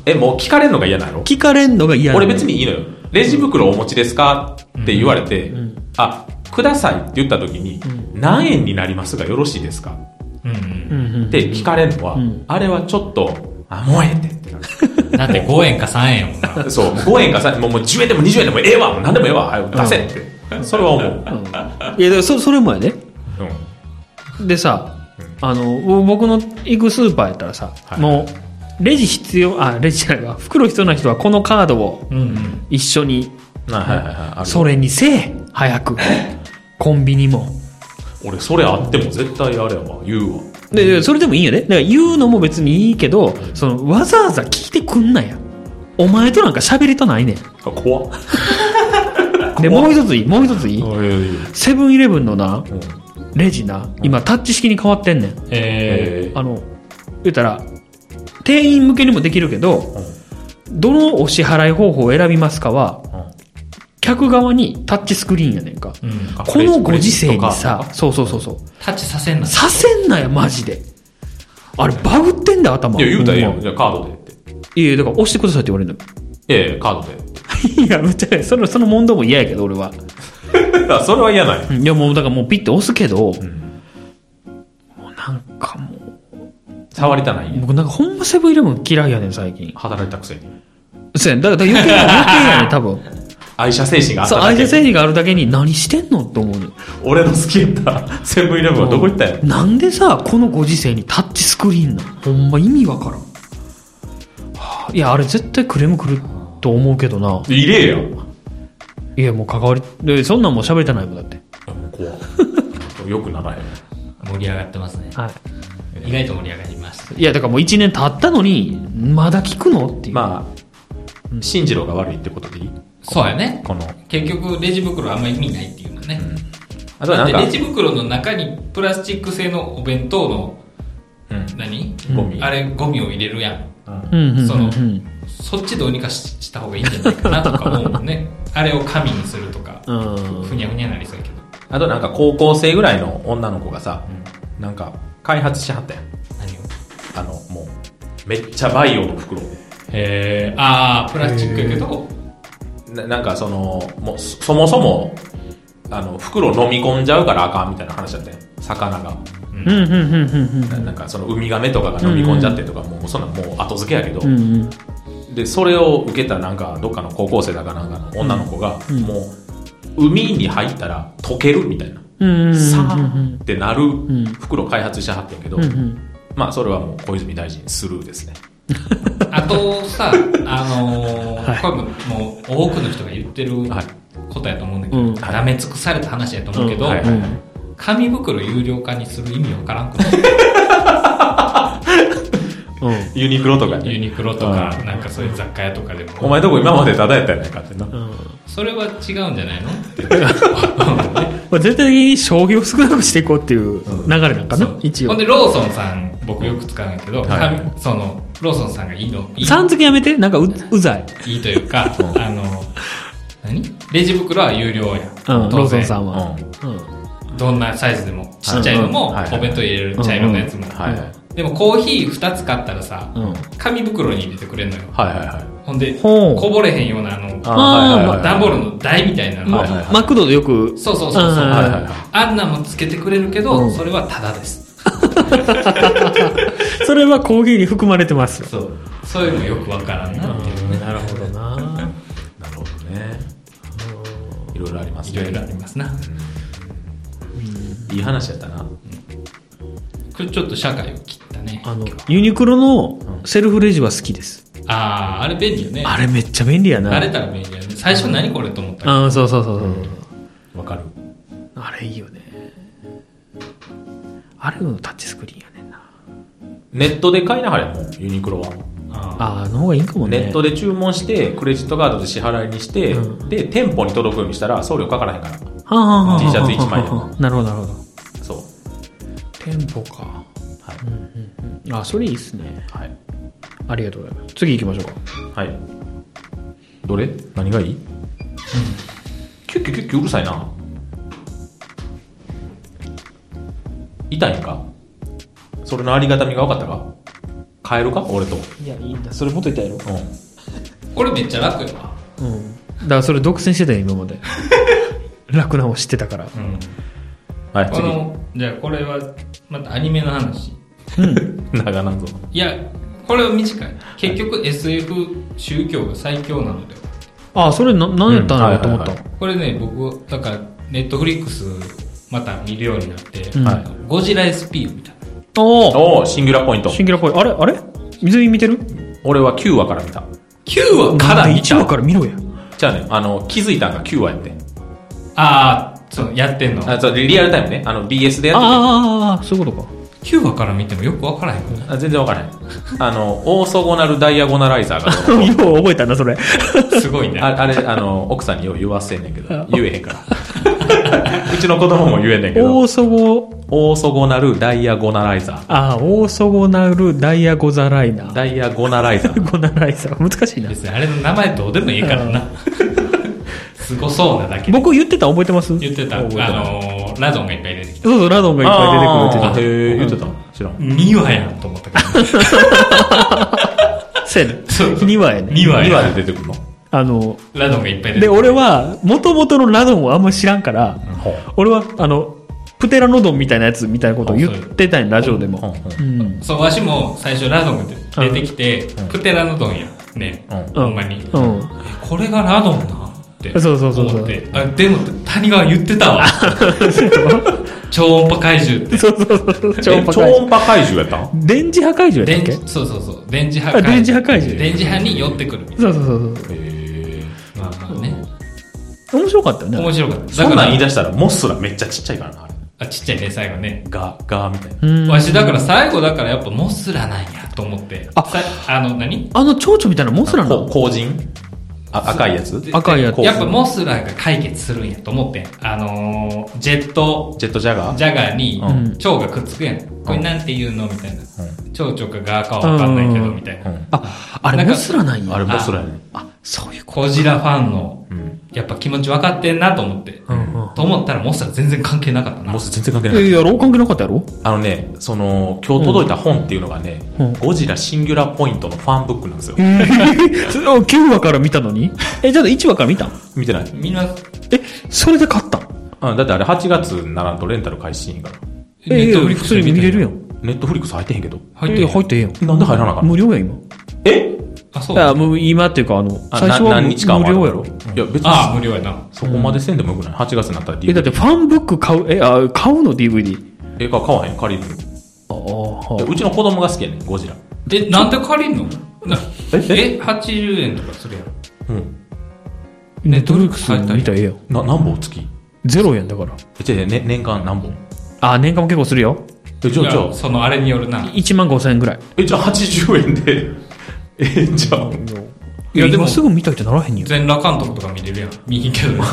Speaker 3: え、もう聞かれるのが嫌なの
Speaker 1: 聞かれんのが嫌なの
Speaker 3: 俺別にいいのよ。レジ袋お持ちですかって言われて、あ、くださいって言った時に、何円になりますがよろしいですか
Speaker 2: うんう。
Speaker 1: うんんうん
Speaker 3: って聞かれるのは、
Speaker 1: ん
Speaker 3: あれはちょっと、あ、もうええってってな
Speaker 2: だって5円か3円やもんな。
Speaker 3: る。そう、5円か3円、もうもう10円でも20円でもええわ、もう何でもええわ、早く出せって。それは思
Speaker 1: う
Speaker 3: う。
Speaker 1: んいや、でもそそれもやね。
Speaker 3: うん。
Speaker 1: でさ、あの、ぼ僕の行くスーパーやったらさ、
Speaker 3: はい
Speaker 1: もう、レジ必要、あ、レジじゃないわ。袋必要な人はこのカードを
Speaker 2: うんうん。
Speaker 1: 一緒に、
Speaker 3: なはいはいはいある。
Speaker 1: それにせえ早く。コンビニも。
Speaker 3: 俺、それあっても絶対あれやわ、言うわ。
Speaker 1: で、でそれでもいいよね。だから言うのも別にいいけど、その、わざわざ聞いてくんなや。お前となんか喋りたないねん。
Speaker 3: あ怖っ。
Speaker 1: で、もう一ついい、もう一ついい。
Speaker 3: いやいやいや
Speaker 1: セブンイレブンのな、
Speaker 3: うん
Speaker 1: レジな、今タッチ式に変わってんねん。
Speaker 2: え
Speaker 3: えー
Speaker 1: あの、言ったら、店員向けにもできるけど、どのお支払い方法を選びますかは、客側にタッチスクリーンやねんか。
Speaker 2: ーうん。
Speaker 3: あ
Speaker 1: このご時世に
Speaker 3: クレジットカード
Speaker 1: さ
Speaker 3: とか、
Speaker 1: そうそうそうそう。
Speaker 2: タッチさせんな。
Speaker 1: させんなよ、マジで。あれ、バグってんだ、頭。
Speaker 3: いや、言うたらええや
Speaker 1: ほ
Speaker 3: ん。
Speaker 1: ん
Speaker 3: じゃあカードでって。
Speaker 1: まいやいや、だから押してくださいって言われる
Speaker 3: ええカードで。
Speaker 1: *laughs* の。いや、むっちゃねその、その問答も嫌やけど、俺は。
Speaker 3: あ *laughs* それは嫌ない。
Speaker 1: うんいや、もう、だからもうピッて押すけど、もうなんかもう、
Speaker 3: 触りたないんや
Speaker 1: 僕なんかほんまセブンイレブン嫌いやねん、最近。
Speaker 3: 働いたくせに。
Speaker 1: そうやねだからだから余計や、余計 *laughs* やねん、多分。
Speaker 3: 愛車精神があった
Speaker 1: そう、
Speaker 3: だ
Speaker 1: 愛
Speaker 3: け
Speaker 1: 車整理があるだけに何してんのって思うのよ
Speaker 3: 俺の好きやった *laughs* セブンイレブンはどこ行ったんや
Speaker 1: なんでさ、このご時世にタッチスクリーンなんほんま意味わからん。はあいや、あれ絶対クレーム来ると思うけどな。
Speaker 3: 入れえや
Speaker 1: いや、もう関わり、でそんなんもう喋りたないもんだって。
Speaker 3: 怖っ *laughs* よくならへん
Speaker 2: 盛り上がってますね。
Speaker 1: は
Speaker 2: 意外と盛り上がります。
Speaker 1: い。いや、だからもう1年経ったのに、まだ聞くのっていう。
Speaker 3: まあ進次郎が悪いってことでいい
Speaker 2: そうやね。
Speaker 3: この
Speaker 2: 結局、レジ袋あんま意味ないっていうのね。
Speaker 3: あとは
Speaker 2: だっ
Speaker 3: な
Speaker 2: て
Speaker 3: ん
Speaker 2: レ
Speaker 3: か
Speaker 2: ジ袋の中にプラスチック製のお弁当の
Speaker 3: うん
Speaker 2: 何、
Speaker 3: ゴミ
Speaker 2: あれゴミを入れるやん
Speaker 1: うん、うん、うん。
Speaker 2: その
Speaker 1: うん
Speaker 2: そっちどうにかしした方がいいんじゃないかなとか思うもんねあれを紙にするとか
Speaker 1: うん
Speaker 2: ふにゃふにゃなりそうやけど
Speaker 3: あとなんか高校生ぐらいの女の子がさ、なんか開発しはったやん
Speaker 2: 何を
Speaker 3: あのもうめっちゃバイオの袋
Speaker 2: へえああプラスチックやけど
Speaker 3: ななんかそのもうそそもそもあの袋飲み込んじゃうからあかんみたいな話だったやん魚が
Speaker 1: うん、うん、うん、うん
Speaker 3: ななんかそのウミガメとかが飲み込んじゃってとか、もうそんなんもう後付けやけど、
Speaker 1: うん。うん、うん。
Speaker 3: でそれを受けたなんかどっかの高校生だかなんかの女の子が、もう海に入ったら溶けるみたいな、
Speaker 1: うん、うん。うん
Speaker 3: さあってなる
Speaker 1: ん
Speaker 3: 袋を開発してはったんやけど、
Speaker 1: うん。
Speaker 3: まあそれはもう小泉大臣スルーですね
Speaker 2: あとさあのー
Speaker 1: はい
Speaker 2: これももう多くの人が言ってる
Speaker 3: はい
Speaker 2: ことやと思うんだけど、
Speaker 1: うん
Speaker 2: 舐め尽くされた話やと思うけど、
Speaker 3: うんはい
Speaker 1: うん。
Speaker 2: 紙袋有料化にする意味わからんくない
Speaker 1: うん。
Speaker 3: ユニクロとか
Speaker 2: ユ
Speaker 3: に
Speaker 2: ニクロとか、なんかそういう雑貨屋とかでも。
Speaker 3: お前どこ今までただやったやないかってな、
Speaker 2: それは違うんじゃないのって。
Speaker 1: まあ、全体的に消費を少なくしていこうっていう流れなんかな、
Speaker 2: そう
Speaker 1: 一
Speaker 2: ほん
Speaker 1: 応
Speaker 2: で、ローソンさん、僕よく使うんやけど、
Speaker 3: はい
Speaker 2: 紙その、ローソンさんがいいの、いい
Speaker 1: さん付けやめてなんかううざい、
Speaker 2: いいというか、あの、何レジ袋は有料や。
Speaker 1: うん、ローソンさ
Speaker 2: ん。
Speaker 1: ん
Speaker 3: うん
Speaker 1: は、うん
Speaker 2: どんなサイズでも、ちっちゃいのも、
Speaker 3: うんはい
Speaker 2: お弁当入れる茶色のやつも。
Speaker 3: はいはい
Speaker 2: でも、コーヒー2つ買ったらさ、
Speaker 1: うん
Speaker 2: 紙袋に入れてくれんのよ。
Speaker 3: はいはいはい
Speaker 2: ほんで、
Speaker 1: ほう
Speaker 2: こぼれへんような、あ
Speaker 1: あー
Speaker 2: の、
Speaker 3: はいはいはい
Speaker 2: 段ボールの台みたいなの
Speaker 1: ま
Speaker 2: を
Speaker 3: はいはいはい
Speaker 1: マクドでよく
Speaker 2: そうそうそうそう、
Speaker 1: うん
Speaker 3: はいはいはい
Speaker 2: あんなもつけてくれるけど、
Speaker 1: うん
Speaker 2: それはタダです
Speaker 1: それは工芸に含まれてます
Speaker 2: そうそういうのよくわからんなっていうね
Speaker 1: なるほどな
Speaker 3: なるほどねいろいろあります
Speaker 2: いろいろありますな。
Speaker 3: いい話やったな
Speaker 2: これちょっと社会を切ったね。
Speaker 4: あの、
Speaker 1: ユニクロのセルフレジは好きです。
Speaker 2: ああ、あれ便利よね。
Speaker 1: あれめっちゃ便利やな。
Speaker 2: 慣れたら便利やね。最初何これと思ったけど
Speaker 1: ああ、そうそうそうそう。
Speaker 3: わかる
Speaker 1: あれいいよね。あれのタッチスクリーンやねんな。
Speaker 3: ネットで買いなはれもうユニクロは
Speaker 2: あ
Speaker 1: ああ、の方がいいかも
Speaker 3: ネ
Speaker 1: ね。
Speaker 3: ットで注文してクレジットカードで支払いにして、
Speaker 1: う
Speaker 3: で店舗に届くようにしたら送料かからへんから
Speaker 1: はあはあはあはあ
Speaker 3: T シャツ一枚でも
Speaker 1: なるほど、なるほど。
Speaker 3: そう
Speaker 1: 店舗か。
Speaker 3: はい、
Speaker 1: あ、それいいっすね。
Speaker 3: はい
Speaker 1: ありがとうございます。次行きましょうか。
Speaker 3: はいどれ何がいいキュッキュッキュッキュうるさいな痛いんかそれのありがたみが分かったか変えるか俺と
Speaker 4: いや、いいんだ。それもっと言ったやろ。
Speaker 3: う
Speaker 2: ーこれめっちゃ楽やわ。
Speaker 1: うん。だからそれ独占してたよ、今まで。 *laughs* 楽なの知ってたから。
Speaker 2: うん。
Speaker 3: んはい
Speaker 2: この、じゃあこれは、またアニメの話。
Speaker 3: 次長なんぞ
Speaker 2: いや、これは短い。結局 SF 宗教が最強なのでは。
Speaker 1: ああ、それな、何やったんだろうと思っ
Speaker 3: うんはいはい
Speaker 1: た。
Speaker 2: これね、僕、だから、ネットフリックスまた見るようになって、
Speaker 1: ん
Speaker 2: あのゴジラ SP みたい
Speaker 1: おお
Speaker 3: おおシンギュラポイント
Speaker 1: シンギュラっぽい。あれあれ水着見てる
Speaker 3: 俺は9話から見た
Speaker 2: な。9話から見
Speaker 1: 一
Speaker 2: た
Speaker 1: 話から見ろや。
Speaker 3: じゃあねあの気づいたんが9話やって
Speaker 2: ああ、そう、やってんの。
Speaker 3: あそうリアルタイムねあの BS でやってて
Speaker 1: ああ、そういうことか。
Speaker 2: 9話から見てもよくわからへんもんね。
Speaker 3: あ全然わからへんあのオーソゴナルダイアゴナライザーがどうのこうの
Speaker 1: よう覚えたな、それ。
Speaker 2: すごいね。
Speaker 3: ああれ、あの、奥さんによう言わせんねんけど、言えへんから。う *laughs* ちの子供も言えんねんけ
Speaker 1: オ
Speaker 3: ど
Speaker 1: ー、ソゴ、
Speaker 3: オーソゴナルダイアゴナライザ
Speaker 1: ああ、オーソゴナルダイアゴザライナ
Speaker 3: ー。
Speaker 1: ー。
Speaker 3: ダイアゴナライザー。
Speaker 1: ゴナライザー。 *laughs* 難しいな。
Speaker 2: 別にあれの名前どうでもいいからな。 *laughs* すごそうなだけ。
Speaker 1: 僕言ってた覚えてます
Speaker 2: 言ってた、あ
Speaker 1: 覚えてます
Speaker 2: のー、ラゾンがいっぱい出てきた。
Speaker 1: そうそう、ラドンがいっぱい出てくるって
Speaker 3: あ
Speaker 1: 言って
Speaker 3: ーへえ、言ってたの知らん。
Speaker 2: 2話やんと思ったけ
Speaker 1: *laughs*
Speaker 2: ど。
Speaker 1: た。せやね。
Speaker 2: *laughs* そう
Speaker 1: 2話やね。
Speaker 2: 2話
Speaker 3: 2
Speaker 2: や
Speaker 3: 話
Speaker 2: ん。
Speaker 3: で出てくるの
Speaker 1: あの、
Speaker 2: ラゾンがいっぱい出て
Speaker 1: で、俺は、元々のラドンをあんま知らんから、
Speaker 3: ほう
Speaker 1: 俺は、あの、プテラノドンみたいなやつみたいなことを言ってたんやラジオで
Speaker 3: ほう
Speaker 1: も。
Speaker 3: ほ
Speaker 1: うん。
Speaker 2: そう、わしも最初ラドンが出てきて、プテラノドンや。ね、
Speaker 3: うん
Speaker 2: ほんまに、
Speaker 1: う
Speaker 2: え
Speaker 1: ん。 *laughs*
Speaker 2: これがラドンなって。
Speaker 1: そうそうそうそう
Speaker 2: 思って。あ、でも、谷川言っ
Speaker 1: *laughs*
Speaker 2: てたわ。超音波怪獣って。
Speaker 1: そうそうそう。
Speaker 3: う
Speaker 1: 超
Speaker 3: え
Speaker 1: 音波怪
Speaker 3: 超
Speaker 1: 獣。
Speaker 3: 音波怪獣やったん
Speaker 1: 電磁波怪獣や
Speaker 2: 電
Speaker 1: ったっけ
Speaker 2: そうそうそう。電磁波怪
Speaker 1: あ電磁波怪獣
Speaker 2: 電磁波に寄ってくるみたい
Speaker 1: そうそうそう
Speaker 3: へえ。
Speaker 2: な。まあまあね。
Speaker 1: そう。面白かったよね。
Speaker 2: 面白かった。
Speaker 3: そんなん言
Speaker 2: だ
Speaker 3: い
Speaker 2: か
Speaker 3: 出したら、モスラめっちゃちっちゃいからな、あれ。
Speaker 2: ら、あ、ちっちゃいね、最後ね。
Speaker 3: ガー、ガーみたいな。
Speaker 1: うん
Speaker 2: わし、だから最後だからやっぱモスラなんやと思って。
Speaker 1: あ
Speaker 2: さあの何、
Speaker 1: あの蝶々みたいなモスラな
Speaker 3: こ
Speaker 1: の
Speaker 3: う後人あ赤いやつ
Speaker 2: で
Speaker 1: 赤いやつ
Speaker 2: でやっぱモスラが解決するんやと思ってん。あのー、ジェット、
Speaker 3: ジェットジャガー
Speaker 2: ジャガーに
Speaker 1: うん、
Speaker 2: 蝶がくっつくやん。これなんて言うのみたいな。蝶々かガーかわかんないけど、みたいな。
Speaker 1: あ、あれ
Speaker 2: なんか
Speaker 1: モスラなんや。
Speaker 3: あれモスラやね。
Speaker 1: あ、そういうこ
Speaker 2: コジラファンの
Speaker 3: ん、
Speaker 2: やっぱ気持ち分かってんなと思って。
Speaker 1: と。
Speaker 2: と思ったらモスラ全然関係なかったな
Speaker 3: モ。ス全然関係
Speaker 1: え
Speaker 3: ない。
Speaker 1: ー、やろう関係なかったや *laughs* ろ
Speaker 3: あのね、その、今日届いた本っていうのがね、
Speaker 1: うん
Speaker 3: ゴジラシンギュラポイントのファンブックなんですよ。
Speaker 1: それを9話 *laughs* から見たのにえ、じゃあ1話から見たん
Speaker 3: 見てない、
Speaker 2: みんな、
Speaker 1: え、それで買ったん
Speaker 3: うん、だってあれ8月にならんとレンタル開始いいから。
Speaker 1: えー、いや普通に見れるや
Speaker 2: ん。
Speaker 1: ん。
Speaker 3: ネットフリックス入ってへんけど。
Speaker 2: 入っ
Speaker 1: え
Speaker 2: て
Speaker 1: ー入
Speaker 2: る。
Speaker 1: ってええやん。
Speaker 3: なんで入らなかったの
Speaker 1: 無料やん、今。
Speaker 3: え
Speaker 2: あ、そう。
Speaker 1: あ、もう今っていうか、あの、
Speaker 3: あ
Speaker 1: 最初は
Speaker 3: な
Speaker 1: 無無
Speaker 3: 何日間は
Speaker 1: 料やろ。
Speaker 3: いや、別
Speaker 2: あ
Speaker 3: に、
Speaker 2: 無料やな。
Speaker 3: そこまでせんでもよくない ?8 月になったら
Speaker 1: え、だ
Speaker 3: DVD。
Speaker 1: ってファンブック買う、え、あ、買うの DVD。
Speaker 3: え、か買わへん借りるの
Speaker 1: ああ、
Speaker 3: いやうちの子供が好きやねん、ゴジラ。
Speaker 2: え、なんで借りんのなえ、80円とかするやん。
Speaker 3: うん。
Speaker 1: ネットフリックス見たらええやん。
Speaker 3: な、何本月
Speaker 1: ゼロやんだから。
Speaker 3: え、違う違う、ね、年間何本
Speaker 1: あ、年間も結構するよ。
Speaker 3: え、じゃあ、じゃ
Speaker 2: いや
Speaker 3: あ、
Speaker 2: そのあれによるな。
Speaker 1: 1万5千円ぐらい。
Speaker 3: え、じゃあ80円で。え、じゃあ、
Speaker 2: いやでも
Speaker 1: 今すぐ見たいってならへんよ。
Speaker 2: 全裸監督とか見れるやん。見ひんけど。
Speaker 3: *laughs*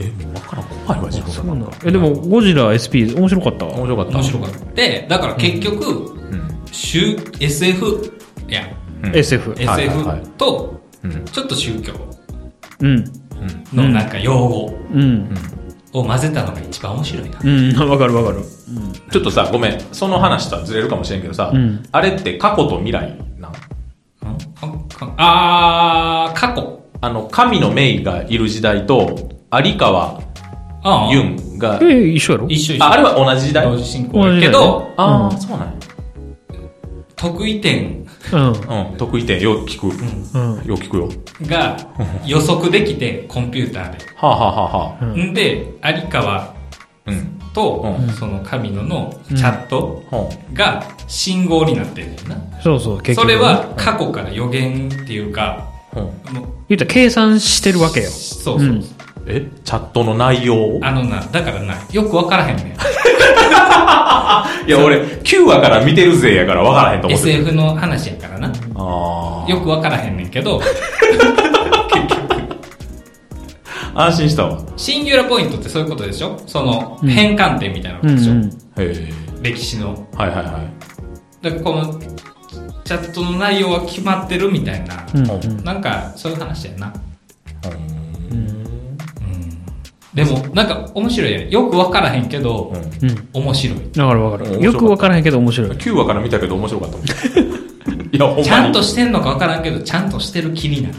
Speaker 3: え、もう分からん。怖いわ、自分
Speaker 1: そうなんえ、でも、ゴジラ SP 面白かったわ。
Speaker 3: 面白かった。
Speaker 2: 面白かった。で、だから結局、宗 SF やん。
Speaker 3: うん
Speaker 1: SF。
Speaker 3: はいはい
Speaker 2: SF
Speaker 3: はい
Speaker 2: と
Speaker 3: うん、
Speaker 2: ちょっと宗教
Speaker 1: うん。
Speaker 2: のなんか用語
Speaker 1: うん。
Speaker 2: を混ぜたのが一番面白いな。
Speaker 1: うん。 *laughs* わかるわかる。
Speaker 3: ちょっとさ、ごめん。その話とはずれるかもしれんけどさ、
Speaker 1: うん
Speaker 3: あれって過去と未来なん
Speaker 2: かかあー、過去。
Speaker 3: あの、神の名医がいる時代と、有川
Speaker 2: ああ
Speaker 3: ユンが、
Speaker 1: え、一緒やろ
Speaker 2: 一緒一緒。
Speaker 3: あ、あれは同じ時代
Speaker 2: 同時進行やけ
Speaker 1: 同
Speaker 2: ど、
Speaker 3: ああ、そうなんや。
Speaker 2: 得意点
Speaker 1: う
Speaker 3: うん、得意点よく聞く。
Speaker 1: ん。うん。
Speaker 3: よく聞くよ。
Speaker 2: が予測できて、コンピューターで。
Speaker 3: はあ、はあはあはあ、
Speaker 1: うん
Speaker 2: んで、有川
Speaker 3: うん。
Speaker 2: と
Speaker 3: うん、
Speaker 2: その神野のチャット
Speaker 3: は
Speaker 2: が信号になってんねんな。
Speaker 1: そうそう、結
Speaker 2: そ
Speaker 1: 局ね。
Speaker 2: れは過去から予言っていうか、
Speaker 3: あうん
Speaker 2: もう
Speaker 1: 言ったら計算してるわけよ。
Speaker 2: そうそうう。
Speaker 1: ん
Speaker 3: えチャットの内容を
Speaker 2: あのな、だからな、よくわからへんねん。
Speaker 3: いや、俺、9話から見てるぜやから分からへんと思ってる。
Speaker 2: SF の話やからな。
Speaker 3: ああ。
Speaker 2: よくわからへんねんけど、
Speaker 3: 安心したわ。
Speaker 2: シンギュラポイントってそういうことでしょその、
Speaker 1: うん
Speaker 2: 変換点みたいなこ
Speaker 1: う
Speaker 2: とでしょ、
Speaker 1: ん。
Speaker 3: へえ。
Speaker 2: 歴史の。
Speaker 3: はいはいはい。
Speaker 2: だからこの、チャットの内容は決まってるみたいな。
Speaker 1: うん。
Speaker 2: なんか、そういう話やな。
Speaker 3: うん。
Speaker 2: うん。でも、なんか面白いやん。よくわからへんけど、
Speaker 3: うん
Speaker 1: うん。
Speaker 2: 面白い。
Speaker 1: だからわか
Speaker 3: う
Speaker 1: る。
Speaker 3: ん
Speaker 1: よくわからへんけど面白い。
Speaker 3: 9話から見たけど面白かったもん。いや、ほんまに。
Speaker 2: ちゃんとしてんのかわからんけど、ちゃんとしてる気になる。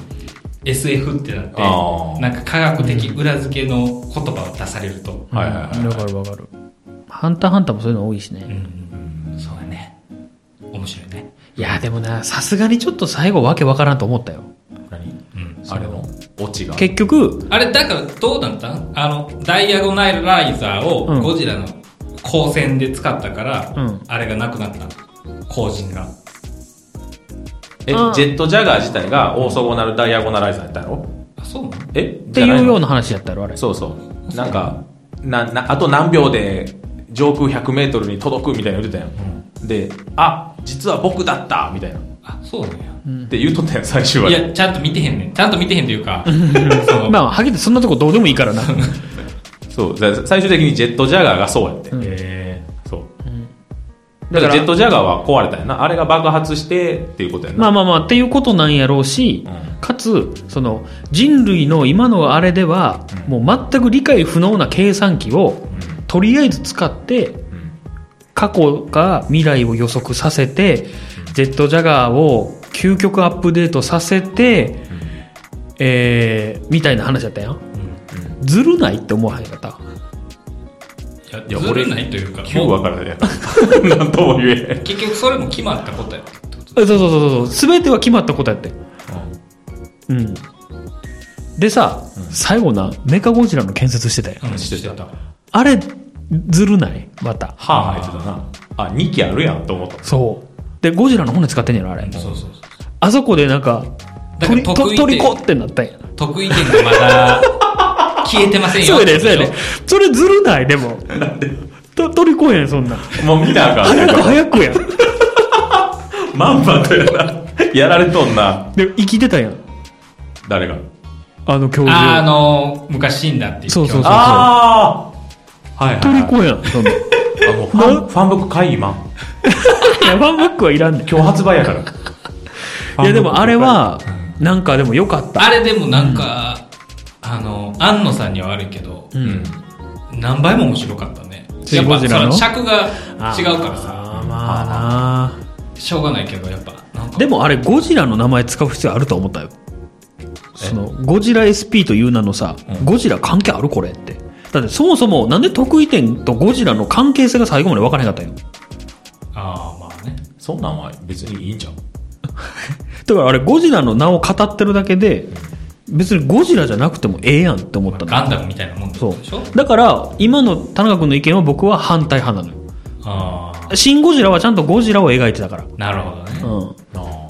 Speaker 2: SF ってなって
Speaker 3: あ、ー
Speaker 2: なんか科学的裏付けの言葉を出されると。
Speaker 3: はいはいはい
Speaker 1: うんだからわかる。ハンターハンターもそういうの多いし
Speaker 2: う
Speaker 1: ね。
Speaker 2: ん。そうだね。面白いね。
Speaker 1: いや、でもな、さすがにちょっと最後わけわからんと思ったよ。
Speaker 3: 何
Speaker 2: うん。
Speaker 3: あれのオチが。
Speaker 1: 結局、
Speaker 2: あれ、だからどうだったんあの、ダイアゴナイライザー
Speaker 1: う
Speaker 2: を
Speaker 1: ん
Speaker 2: ゴジラの光線で使ったから、
Speaker 1: うん
Speaker 2: あれがなくなった光人が。
Speaker 3: え、ジ
Speaker 1: あ
Speaker 3: ェ
Speaker 1: ー
Speaker 3: ットジャガー自体がオーソゴナルダイアゴナライザーやったやろ
Speaker 2: あ、そうなの
Speaker 3: え
Speaker 1: っていうような話やったやろ、あれ。
Speaker 3: そうそう。なんか、な、な、あと何秒で上空100メートルに届くみたいなの言ってたやん。で、あ、実は僕だったみたいな。
Speaker 2: あ、そうなんや。
Speaker 3: って言うとったやん、最終話
Speaker 2: い
Speaker 3: で。
Speaker 2: や、ちゃんと見てへんねん。ちゃんと見てへんというか、その
Speaker 1: まあ、はげてそんなとこどうでもいいからな。
Speaker 3: そう。だから最終的にジェットジャガーがそうやって。
Speaker 2: え
Speaker 3: そう。
Speaker 1: だか
Speaker 3: だかららジェットジャガーは壊れたんやな。あれが爆発してっていうことやん
Speaker 1: ま
Speaker 3: な。
Speaker 1: あまあまあ、っていうことなんやろうし、
Speaker 3: うん
Speaker 1: かつ、その、人類の今のあれでは、もう全く理解不能な計算機を、とりあえず使って、
Speaker 3: うん
Speaker 1: 過去か未来を予測させて、ジェットジャガーを究極アップデートさせて、えー、みたいな話だったやん。ずるないって思わへんかった。
Speaker 2: ー。い
Speaker 3: い
Speaker 2: や、
Speaker 3: や
Speaker 2: ずる
Speaker 3: 俺
Speaker 2: ないというか、
Speaker 3: 9
Speaker 2: も
Speaker 3: 話からやな。なんとも言え
Speaker 2: う結局それも決まったことや。
Speaker 1: そうそうそうそう。すべては決まったことやって。うん。でさ、最後な、メカゴジラの建設してたやん。
Speaker 2: うん、
Speaker 3: してた
Speaker 2: は
Speaker 1: あれ、ずるないまた。
Speaker 3: はあはあ言ってたな。あ、2期あるやんと思った。
Speaker 1: そう。で、ゴジラの骨使ってんやろ、あれ。
Speaker 2: そうそうそう。
Speaker 1: あそこでなんか、
Speaker 2: だから
Speaker 1: 鳥と
Speaker 2: 得意点
Speaker 1: 鳥子ってなったんやな。
Speaker 2: 得意点が
Speaker 1: *laughs*
Speaker 2: まだ、消えてません
Speaker 1: そ
Speaker 2: よ。
Speaker 1: うやね、そうやね。それずるない、でも。と鳥子やん、そんなん。
Speaker 3: もう見たらあかん
Speaker 1: 早
Speaker 3: やん
Speaker 1: く
Speaker 3: か。
Speaker 1: 早くやん。
Speaker 3: まんまとやな。やられとんな。
Speaker 1: で、生きてたやん。
Speaker 3: 誰が。
Speaker 1: あの教授。
Speaker 2: あーあのー、昔死んだっていう。
Speaker 1: そうそうそう
Speaker 3: ああはいはい、
Speaker 1: 鳥
Speaker 3: はい。
Speaker 1: 子やん、そん *laughs* なん。い
Speaker 3: あもうファン、ファンブック会議マン。
Speaker 1: や、ファンブックはいらんねん。
Speaker 3: 今日発売やから。
Speaker 1: いや、でもあれは、なんかでもよかった。
Speaker 2: あれでもなんか、あの、安野さんには悪いけど、
Speaker 1: う
Speaker 3: うんん。
Speaker 2: 何倍も面白かったね。
Speaker 1: シ
Speaker 2: やっ
Speaker 1: ンゴ
Speaker 2: ぱ
Speaker 1: ジラの
Speaker 2: その尺が違うからさ、
Speaker 1: あーまあなあ
Speaker 2: しょうがないけど、やっぱ、なんか
Speaker 1: でもあれゴジラの名前使う必要あると思ったよそのゴジラ SP という名のさ、ゴジラ関係あるこれってだってそもそもなんで得意点とゴジラの関係性が最後まで分からへんかったんよ
Speaker 2: ああ、まあね。
Speaker 3: そんなんは別にいいんじゃん。
Speaker 1: だからあれゴジラの名を語ってるだけで別にゴジラじゃなくてもええやんって思ったの
Speaker 2: ガンダムみたいなもんでし
Speaker 1: そ
Speaker 2: ょ
Speaker 1: うだから今の田中君の意見は僕は反対派なのよ
Speaker 2: ああ、
Speaker 1: シン・ゴジラはちゃんとゴジラを描いてたから
Speaker 2: なるほどね。
Speaker 1: うん
Speaker 3: あー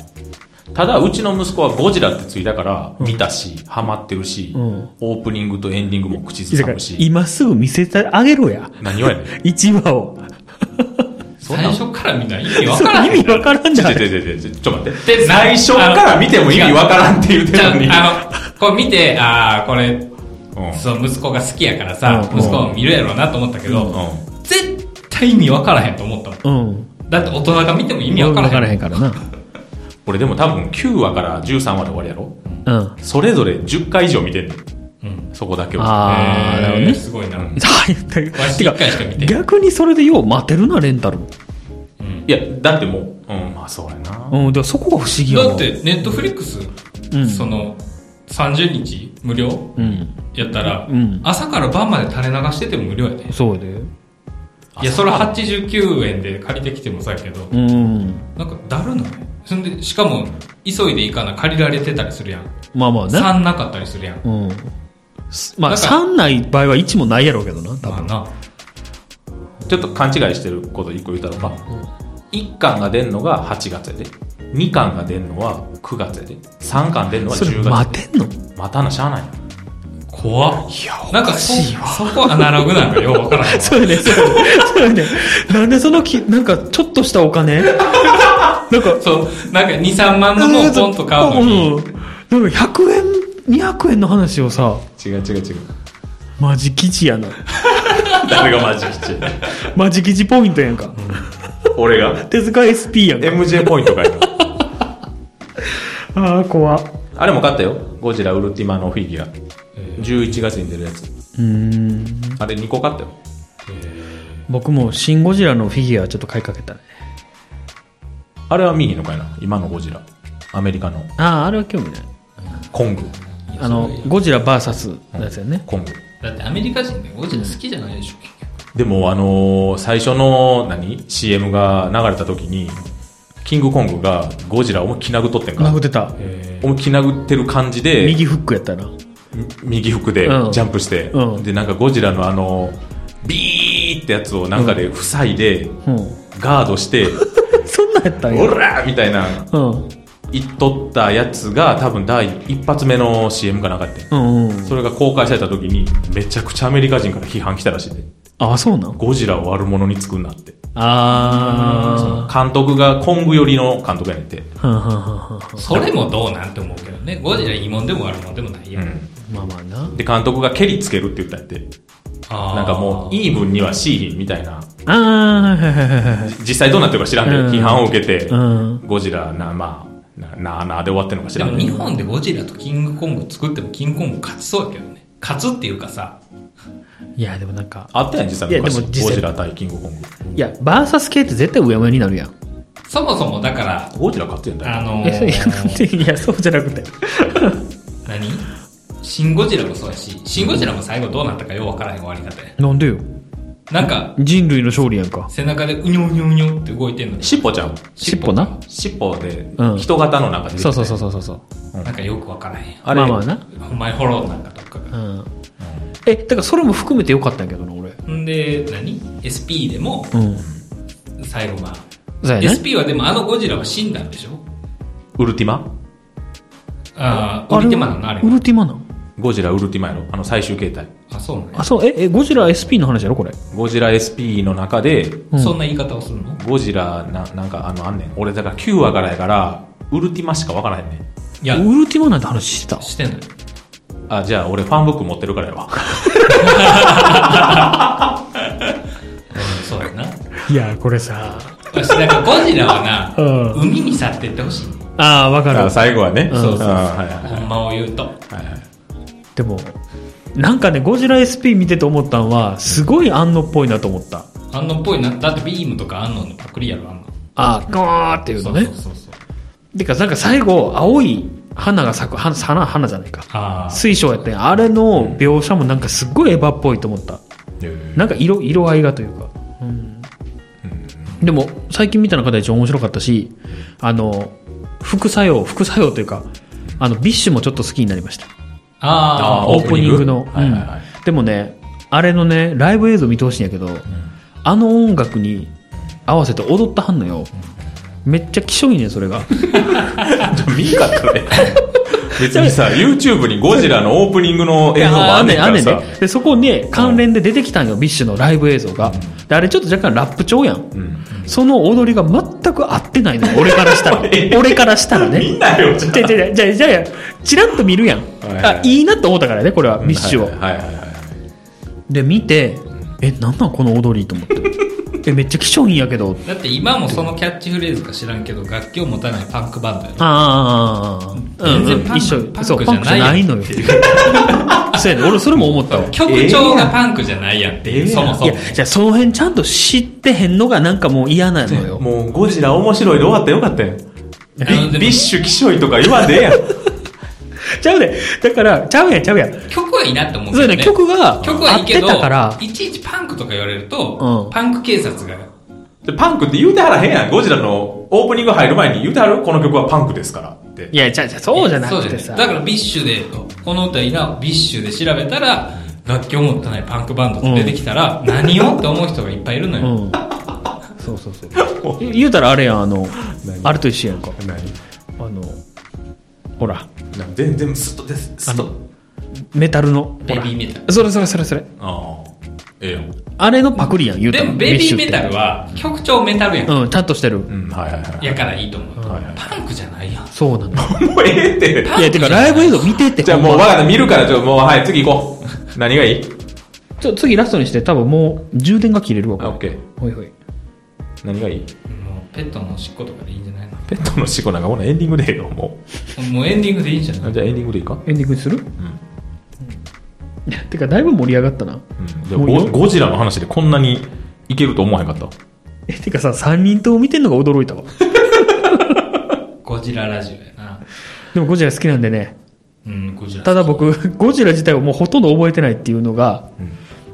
Speaker 3: ただ、うちの息子はゴジラってついたから、見たし、ハマってるし、
Speaker 1: うん
Speaker 3: オープニングとエンディングも口ずさむし、
Speaker 1: 今すぐ見せてあげろや
Speaker 3: 何をやねん。
Speaker 1: 1話を
Speaker 3: そん
Speaker 2: 最
Speaker 3: なん
Speaker 2: 初からみんな意味わから
Speaker 1: *laughs*
Speaker 2: ん
Speaker 1: 意味分からんじ
Speaker 3: ち
Speaker 1: ゃ
Speaker 3: ょ
Speaker 1: ん
Speaker 3: ちょちょちょちょちょ、ちょ待って。
Speaker 2: で
Speaker 3: 最初から見ても意味わからんって言うて
Speaker 2: じゃ
Speaker 3: るのに。
Speaker 2: あ、あの、これ見て、ああ、これ、
Speaker 3: うん
Speaker 2: そう、息子が好きやからさ、
Speaker 1: うん
Speaker 2: 息子も見るやろうなと思ったけど、
Speaker 3: うん
Speaker 2: 絶対意味わからへんと思ったもん。
Speaker 1: うん
Speaker 2: だって大人が見ても意味わからへん。
Speaker 1: へんからな。
Speaker 3: 俺でも多分9話から13話で終わりやろ
Speaker 1: うん。
Speaker 3: それぞれ10回以上見てんの。
Speaker 2: うん。
Speaker 3: そこだけ
Speaker 1: あ
Speaker 3: は。
Speaker 1: ー
Speaker 2: へ
Speaker 1: なるほどね
Speaker 2: すごいな。うん。わし
Speaker 1: て
Speaker 2: 一回しか見てな
Speaker 1: *laughs*
Speaker 2: い
Speaker 1: 逆にそれでよう待てるな、レンタル。
Speaker 3: いや、だってもう、うん、まあそうやな。
Speaker 1: うん、でもそこが不思議よな。
Speaker 2: だっ、て、ネットフリックス、
Speaker 1: うん
Speaker 2: その、30日無料
Speaker 1: うん。
Speaker 2: やったら、
Speaker 1: うん
Speaker 2: 朝から晩まで垂れ流してても無料やで。
Speaker 1: そうで。
Speaker 2: いや、それ89円で借りてきてもさやけど、
Speaker 1: うん。
Speaker 2: なんか誰るのそんで、しかも、急いで行かな、借りられてたりするやん。
Speaker 1: まあまあね。
Speaker 2: 3なかったりするやん。
Speaker 1: うん。すまあ、
Speaker 2: だから
Speaker 1: 3ない場合は1もないやろうけどな、多
Speaker 2: まあ
Speaker 1: 分。
Speaker 2: な。
Speaker 3: ちょっと勘違いしてること一個言うたらば、1巻が出んのが8月やで。2巻が出んのは9月やで。3巻出んのは
Speaker 1: それ
Speaker 3: 10月
Speaker 1: 待てんの
Speaker 3: で。またな、しゃあないよ。
Speaker 2: 怖っ。
Speaker 1: いや、
Speaker 2: なんかそ、そこアナログなのよ、わからん
Speaker 1: *laughs*
Speaker 2: わ。
Speaker 1: そうやね、そうやね。そうやね。なんでそのき、なんか、ちょっとしたお金なんか、
Speaker 2: そう、なんか2、3万のもんポンと買うのに、
Speaker 1: うん。なんか100円、200円の話をさ、
Speaker 3: 違う違う違う。
Speaker 1: マジ基地やな。
Speaker 3: 誰がマジ吉
Speaker 1: マジ基地ポイントやんか。
Speaker 3: 俺が。
Speaker 1: 手塚 SP やんか。
Speaker 3: MJ ポイントかいな。
Speaker 1: ああ、怖っ。
Speaker 3: あれも買ったよ。ゴジラウルティマのフィギュア。11月に出るやつ。
Speaker 1: うーん。
Speaker 3: あれ2個買ったよ。
Speaker 1: 僕もシン・ゴジラのフィギュアちょっと買いかけたね。
Speaker 3: あれは見えへんのかいな。今のゴジラ。アメリカの
Speaker 1: ああ、あれは興味ない。
Speaker 3: コング。
Speaker 1: あの、ゴジラ VS のやつやね。
Speaker 3: コング。
Speaker 2: だってアメリカ人ね、ゴジラ好きじゃないでしょ、結局
Speaker 3: でも、あのー最初の、何 ?CM が流れた時に、キングコングがゴジラを思いっきり殴っとってんか
Speaker 1: 殴。ってた。
Speaker 3: 思いっきり殴ってる感じで、
Speaker 1: 右フックやったな。
Speaker 3: 右服で
Speaker 1: うん
Speaker 3: ジャンプして、
Speaker 1: うん
Speaker 3: で、なんかゴジラのあの、ビーってやつをなんかで塞いで、
Speaker 1: うん。
Speaker 3: ガード
Speaker 1: *laughs*
Speaker 3: して、
Speaker 1: *laughs* そんなんやったん
Speaker 3: オ
Speaker 1: や。
Speaker 3: ラーみたいな、
Speaker 1: うん。
Speaker 3: 言っとったやつが多分第一発目の CM かなんかやってん
Speaker 1: うんうん。
Speaker 3: それが公開された時にめちゃくちゃアメリカ人から批判来たらしいで
Speaker 1: ああ、そうなん
Speaker 3: ゴジラを悪者に作んなって
Speaker 1: あ
Speaker 3: 監督がコング寄りの監督やねんて、
Speaker 1: あ。はんはんはんはんはん
Speaker 2: それもどうなんて思うけどね、ゴジラいいもんでも悪いもんでもないやん。
Speaker 1: まあまあな。
Speaker 3: で監督が蹴りつけるって言ったんやって
Speaker 2: あー
Speaker 3: なんかもうイーブンにはシーリンみたいな
Speaker 1: ああ、はいはいはいはい。
Speaker 3: 実際どうなってるか知らんけど
Speaker 1: うん
Speaker 3: 批判を受けて
Speaker 1: うん。
Speaker 3: ゴジラなまあななあなあで終わってんのか知
Speaker 2: で
Speaker 3: らん
Speaker 2: も
Speaker 3: け
Speaker 2: 日
Speaker 3: ど
Speaker 2: 本でゴジラとキングコング作ってもキングコング勝ちそうやけどね。勝つっていうかさ、
Speaker 1: いや、でもなんか、
Speaker 3: あったやん実際
Speaker 1: いやでも
Speaker 3: 昔
Speaker 1: 実際
Speaker 3: ゴジラ対キングコング
Speaker 1: いや、バーサス系って絶対うやむやになるやん。
Speaker 2: そもそもだから、
Speaker 3: ゴジラ勝ってんだよ
Speaker 2: あ
Speaker 1: *laughs*
Speaker 2: の
Speaker 1: えいや
Speaker 2: ー、
Speaker 1: いや、そうじゃなくて。
Speaker 2: 何シン・ゴジラもそうやし、シン・ゴジラも最後どうなったかようわからへん終わり方や。
Speaker 1: なんでよ。
Speaker 2: なんか、
Speaker 1: 人類の勝利やんか。
Speaker 2: 背中でうにょうにょうにょって動いてんのに、
Speaker 3: 尻尾ちゃん
Speaker 1: 尻尾な。
Speaker 3: 尻尾で
Speaker 1: うん
Speaker 3: 人型の中で出てきた
Speaker 1: そ
Speaker 3: や
Speaker 1: うんそうそうそうそう。
Speaker 2: なんかよくわからへんや
Speaker 3: あれ、
Speaker 1: まあまあな。
Speaker 2: ん。お前フォローなんかとか
Speaker 1: う
Speaker 2: が。
Speaker 1: ん。え、だからそれも含めてよかったんやけどな、俺。
Speaker 2: んで、何 ?SP でも、
Speaker 1: うん。
Speaker 2: 最後は、
Speaker 1: そうやね。
Speaker 2: SP はでもあのゴジラは死んだんでしょ
Speaker 3: ウルティマ
Speaker 2: ああ、ウルティマなのあれ
Speaker 1: ウ。ルティマなの
Speaker 3: ゴジラウルティマやろあの最終形態。
Speaker 2: あ、そうなんや
Speaker 1: あ、そう、え、え、ゴジラ SP の話やろ、これ。
Speaker 3: ゴジラ SP の中で、
Speaker 1: うん
Speaker 2: そんな言い方をするの
Speaker 3: ゴジラな、なんかあの、あんねん。俺だから9話からやから、ウルティマしかわからへんねん。
Speaker 2: いや、
Speaker 1: ウルティマなんて話してた
Speaker 2: してない。
Speaker 3: あ、じゃあ俺ファンブック持ってるからや *laughs* わ。
Speaker 2: うんそうやな。
Speaker 1: いや、これさ。
Speaker 2: 私、なんかゴジラは
Speaker 1: *laughs* う
Speaker 2: な、
Speaker 1: ん
Speaker 2: 海に去ってってほしい。
Speaker 1: ああ、わかる。
Speaker 3: 最後はね。
Speaker 1: うん
Speaker 3: そうそうそう。はいはい
Speaker 2: ほんまを言うと。
Speaker 3: はいはい。
Speaker 1: でも、なんかね、ゴジラ SP 見てて思ったんは、すごい安野っぽいなと思った。
Speaker 2: あんのっぽいな。だってビームとかあんののパクリやろ、あんの。
Speaker 1: あー、ガーっていうのね
Speaker 2: そう。そうそう。
Speaker 1: てか、なんか最後、青い花が咲く、花、花、花じゃないか。
Speaker 2: ああ。
Speaker 1: 水晶やったんやあれの描写もなんかすっごいエヴァっぽいと思った。なんか色、色合いがというか。うん。でも、最近見た中で一応面白かったし、あの、副作用、副作用というか、あの、ビッシュもちょっと好きになりました。
Speaker 2: あ
Speaker 3: あ
Speaker 2: あ。
Speaker 1: オープニングの。
Speaker 3: オープニングはいはいはい
Speaker 1: うんでもね、あれのね、ライブ映像見てほしいんやけど、あの音楽に合わせて踊ったはんのよ。めっちゃ気性いいね、それが。
Speaker 3: ちょ、見んかったね。別にさ、YouTube にゴジラのオープニングの映像もあんねんから
Speaker 1: あ
Speaker 3: さ。
Speaker 1: ねんねで、そこにね関連で出てきたんよ、ビッシュのライブ映像が。で、あれちょっと若干ラップ調やん。
Speaker 3: うん。
Speaker 1: その踊りが全く合ってないのよ、俺からした
Speaker 3: *laughs*
Speaker 1: ら。俺からしたらね。
Speaker 3: みんなよ、
Speaker 1: じゃあじゃあじゃあじゃあじゃあチラッと見るやん。
Speaker 3: はいはい
Speaker 1: あ、いいなと思ったからね、これは、ビッシュを。
Speaker 3: はいはいはいはい。
Speaker 1: で、見て、え、なんなんこの踊りと思
Speaker 3: *laughs*
Speaker 1: って。え、めっちゃ気性いいんやけど。
Speaker 2: だって今もそのキャッチフレーズか知らんけど、楽器を持たないパンクバンドやろ。
Speaker 1: ああ、うん
Speaker 2: 全
Speaker 1: うん
Speaker 2: 然パン
Speaker 1: 一緒
Speaker 2: パンク
Speaker 1: そう、
Speaker 2: じ
Speaker 1: パ
Speaker 2: ゃ
Speaker 1: ンクじゃな
Speaker 2: ないい
Speaker 1: のよ。 *laughs* そうやね、俺それも思ったわ。
Speaker 2: 曲調がパンクじゃないやんっていう、そもそ
Speaker 1: い
Speaker 2: も
Speaker 1: や。、じゃあその辺ちゃんと知ってへんのがなんかもう嫌なのよ。
Speaker 3: もうゴジラ面白いで終わったよかったよ。ビ
Speaker 2: あのでも
Speaker 3: ビッシュ、キショイとか言わんでええやん。
Speaker 1: ちゃうで。だから、ちゃうやん、ちゃうやん。
Speaker 2: 曲はいいなって思
Speaker 1: そ
Speaker 2: う
Speaker 1: う
Speaker 2: け
Speaker 1: や
Speaker 2: ど
Speaker 1: ね、
Speaker 2: ね。
Speaker 1: 曲が
Speaker 2: 曲
Speaker 1: 合
Speaker 2: はい
Speaker 1: っ
Speaker 2: いけ
Speaker 1: て
Speaker 2: ど
Speaker 1: たから、、
Speaker 2: いちいちパンクとか言われる
Speaker 1: うん
Speaker 2: と、パンク警察が
Speaker 3: で、パンクって言うてはらへんやん。ゴジラのオープニング入る前に言うてはるこの曲はパンクですからって
Speaker 1: い。や、じゃあじゃあそうじゃなくてさ。
Speaker 2: だからビッシュで、この歌いいな、ビッシュで調べたら、楽器を持ってないパンクバンドって出てきたら、何をって思う人がいっぱいいるの
Speaker 1: う
Speaker 2: よ。
Speaker 1: ん。そうそうそう。言言うたらあれやん、あの、あれと一緒やんか。
Speaker 3: 何
Speaker 1: あの、ほら、
Speaker 3: なん全然スッとです。スッと。
Speaker 1: メタルの。
Speaker 2: ベビーメタル。
Speaker 1: ル。それそれそれそれ。
Speaker 3: ああ。ええやん。
Speaker 1: あれのパクリやん、言うた
Speaker 2: で
Speaker 1: ら。
Speaker 2: も、ベビーメタ
Speaker 1: ビッシ
Speaker 2: ルは、曲調メタルやん。
Speaker 1: ュって。うん、ちゃんとしてる。
Speaker 3: うん、はいはいはい。
Speaker 2: やからいいと思う。
Speaker 3: はいはい
Speaker 2: パンクじゃないやん。
Speaker 1: そうなの。
Speaker 3: もうええって。
Speaker 1: いや、てかライブ映像見てって。
Speaker 3: じゃあもう
Speaker 1: ほん
Speaker 3: 分
Speaker 1: ま
Speaker 3: かった。見るから、ちょ、もう、はい、次行こ *laughs* う。何がいい
Speaker 1: ちょ、次ラストにして、多分もう充電が切れるわ、
Speaker 3: あ、
Speaker 1: こ
Speaker 3: オッケー。
Speaker 1: れ。ほいほい。
Speaker 3: 何がいい
Speaker 2: もうペットのおしっことかでいいんじゃないの
Speaker 3: ペットの死後なんかほなエンディングでええよ、も
Speaker 2: もうエンディングでいいんじゃな
Speaker 3: う。
Speaker 2: い
Speaker 3: じゃあエンディングでいいか
Speaker 1: エンディングにするうん。いや、 *laughs* てかだいぶ盛り上がったな。
Speaker 3: うん。じゃあ
Speaker 1: もういいよ
Speaker 3: ゴゴジラの話でこんなにいけると思わへんかった。
Speaker 1: え、てかさ、3人とも見てんのが驚いたわ。
Speaker 2: ゴジララジオやな。
Speaker 1: *laughs* でもゴジラ好きなんでね。
Speaker 2: うん、ゴジラ。
Speaker 1: ただ僕、ゴジラ自体をもうほとんど覚えてないっていうのが、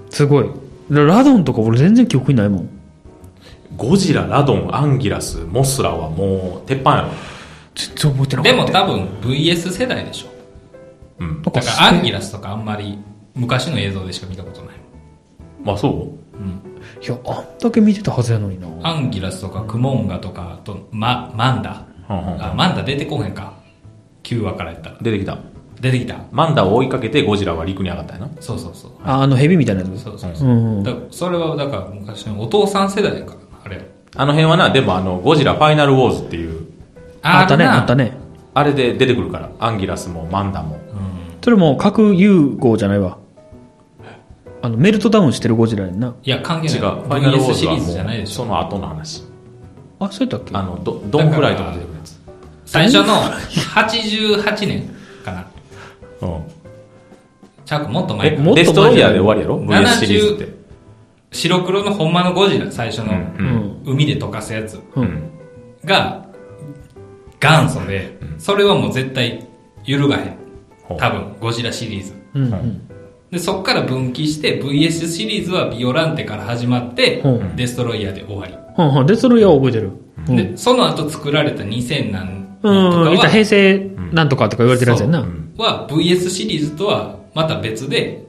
Speaker 1: すごい。ララドンとか俺全然記憶にないもん。
Speaker 3: ゴジラ、ラドン、アンギラス、モスラはもう、鉄板やろ。
Speaker 1: 全然覚えてなか
Speaker 2: で
Speaker 1: った。
Speaker 2: も多分 VS 世代でしょ。
Speaker 3: うん。
Speaker 1: なん
Speaker 2: だ
Speaker 1: か
Speaker 2: からアンギラスとかあんまり昔の映像でしか見たことない。
Speaker 3: まあそう
Speaker 1: いや、あんだけ見てたはずやのにな。
Speaker 2: アンギラスとかクモンガとか、あと、ま、マンダ。
Speaker 3: うんうんうん
Speaker 2: あ、マンダ出てこへんか。9話からやったら。
Speaker 3: 出てきた。
Speaker 2: 出てきた。
Speaker 3: マンダを追いかけてゴジラは陸に上がったよな。
Speaker 2: そうそうそう。
Speaker 1: あ、あの蛇みたいなやつ。
Speaker 2: そうそう
Speaker 1: う
Speaker 2: そう。
Speaker 1: ん。
Speaker 2: だそれはだから昔のお父さん世代やからな、あれ。
Speaker 3: あの辺はな、でもあの、ゴジラファイナルウォーズっていう、
Speaker 1: あったね、
Speaker 2: る
Speaker 1: あ
Speaker 2: な
Speaker 1: ったね。
Speaker 3: あれで出てくるから、アンギラスもマンダも。
Speaker 1: それも核融合じゃないわ。あの、メルトダウンしてるゴジラやんな。
Speaker 2: いや、関係
Speaker 3: 違
Speaker 2: な
Speaker 3: う。
Speaker 2: い。
Speaker 3: ファイナルウォー
Speaker 2: VS
Speaker 3: ズ
Speaker 2: シリ
Speaker 3: は
Speaker 2: ーズじゃない
Speaker 3: も
Speaker 2: で
Speaker 3: う、
Speaker 2: し
Speaker 3: そ
Speaker 2: ょ。
Speaker 3: の後の話。
Speaker 1: あ、そうやったっけ
Speaker 3: あの、ドドンフライとか出てくるやつ。
Speaker 2: 最初の88年かな。
Speaker 3: う
Speaker 2: ちゃうか、もっと前か
Speaker 3: ん。
Speaker 1: も
Speaker 3: え、
Speaker 1: っと前
Speaker 3: デ
Speaker 1: じゃない
Speaker 3: ストロイヤーで終わりやろ ?VS シリーズって。
Speaker 2: 白黒のほんまのゴジラ、最初の、
Speaker 3: うん
Speaker 1: うん。
Speaker 2: 海で溶かすやつ
Speaker 1: うん。
Speaker 2: が、元祖で、それはもう絶対揺るがへん。
Speaker 3: ほう
Speaker 2: 多分、ゴジラシリーズ。
Speaker 1: うん。うん。
Speaker 2: で、そっから分岐して VS シリーズはビオランテから始まって
Speaker 1: う、ん
Speaker 2: デストロイヤーで終わり。
Speaker 1: うんうん。で、それは覚えてる。うん。
Speaker 2: で、その後作られた2000何年と
Speaker 1: う
Speaker 2: か
Speaker 1: ん。言ったら
Speaker 2: は
Speaker 1: 平成なんとかとか言われてるやつやんな。
Speaker 2: うは VS シリーズとはまた別で、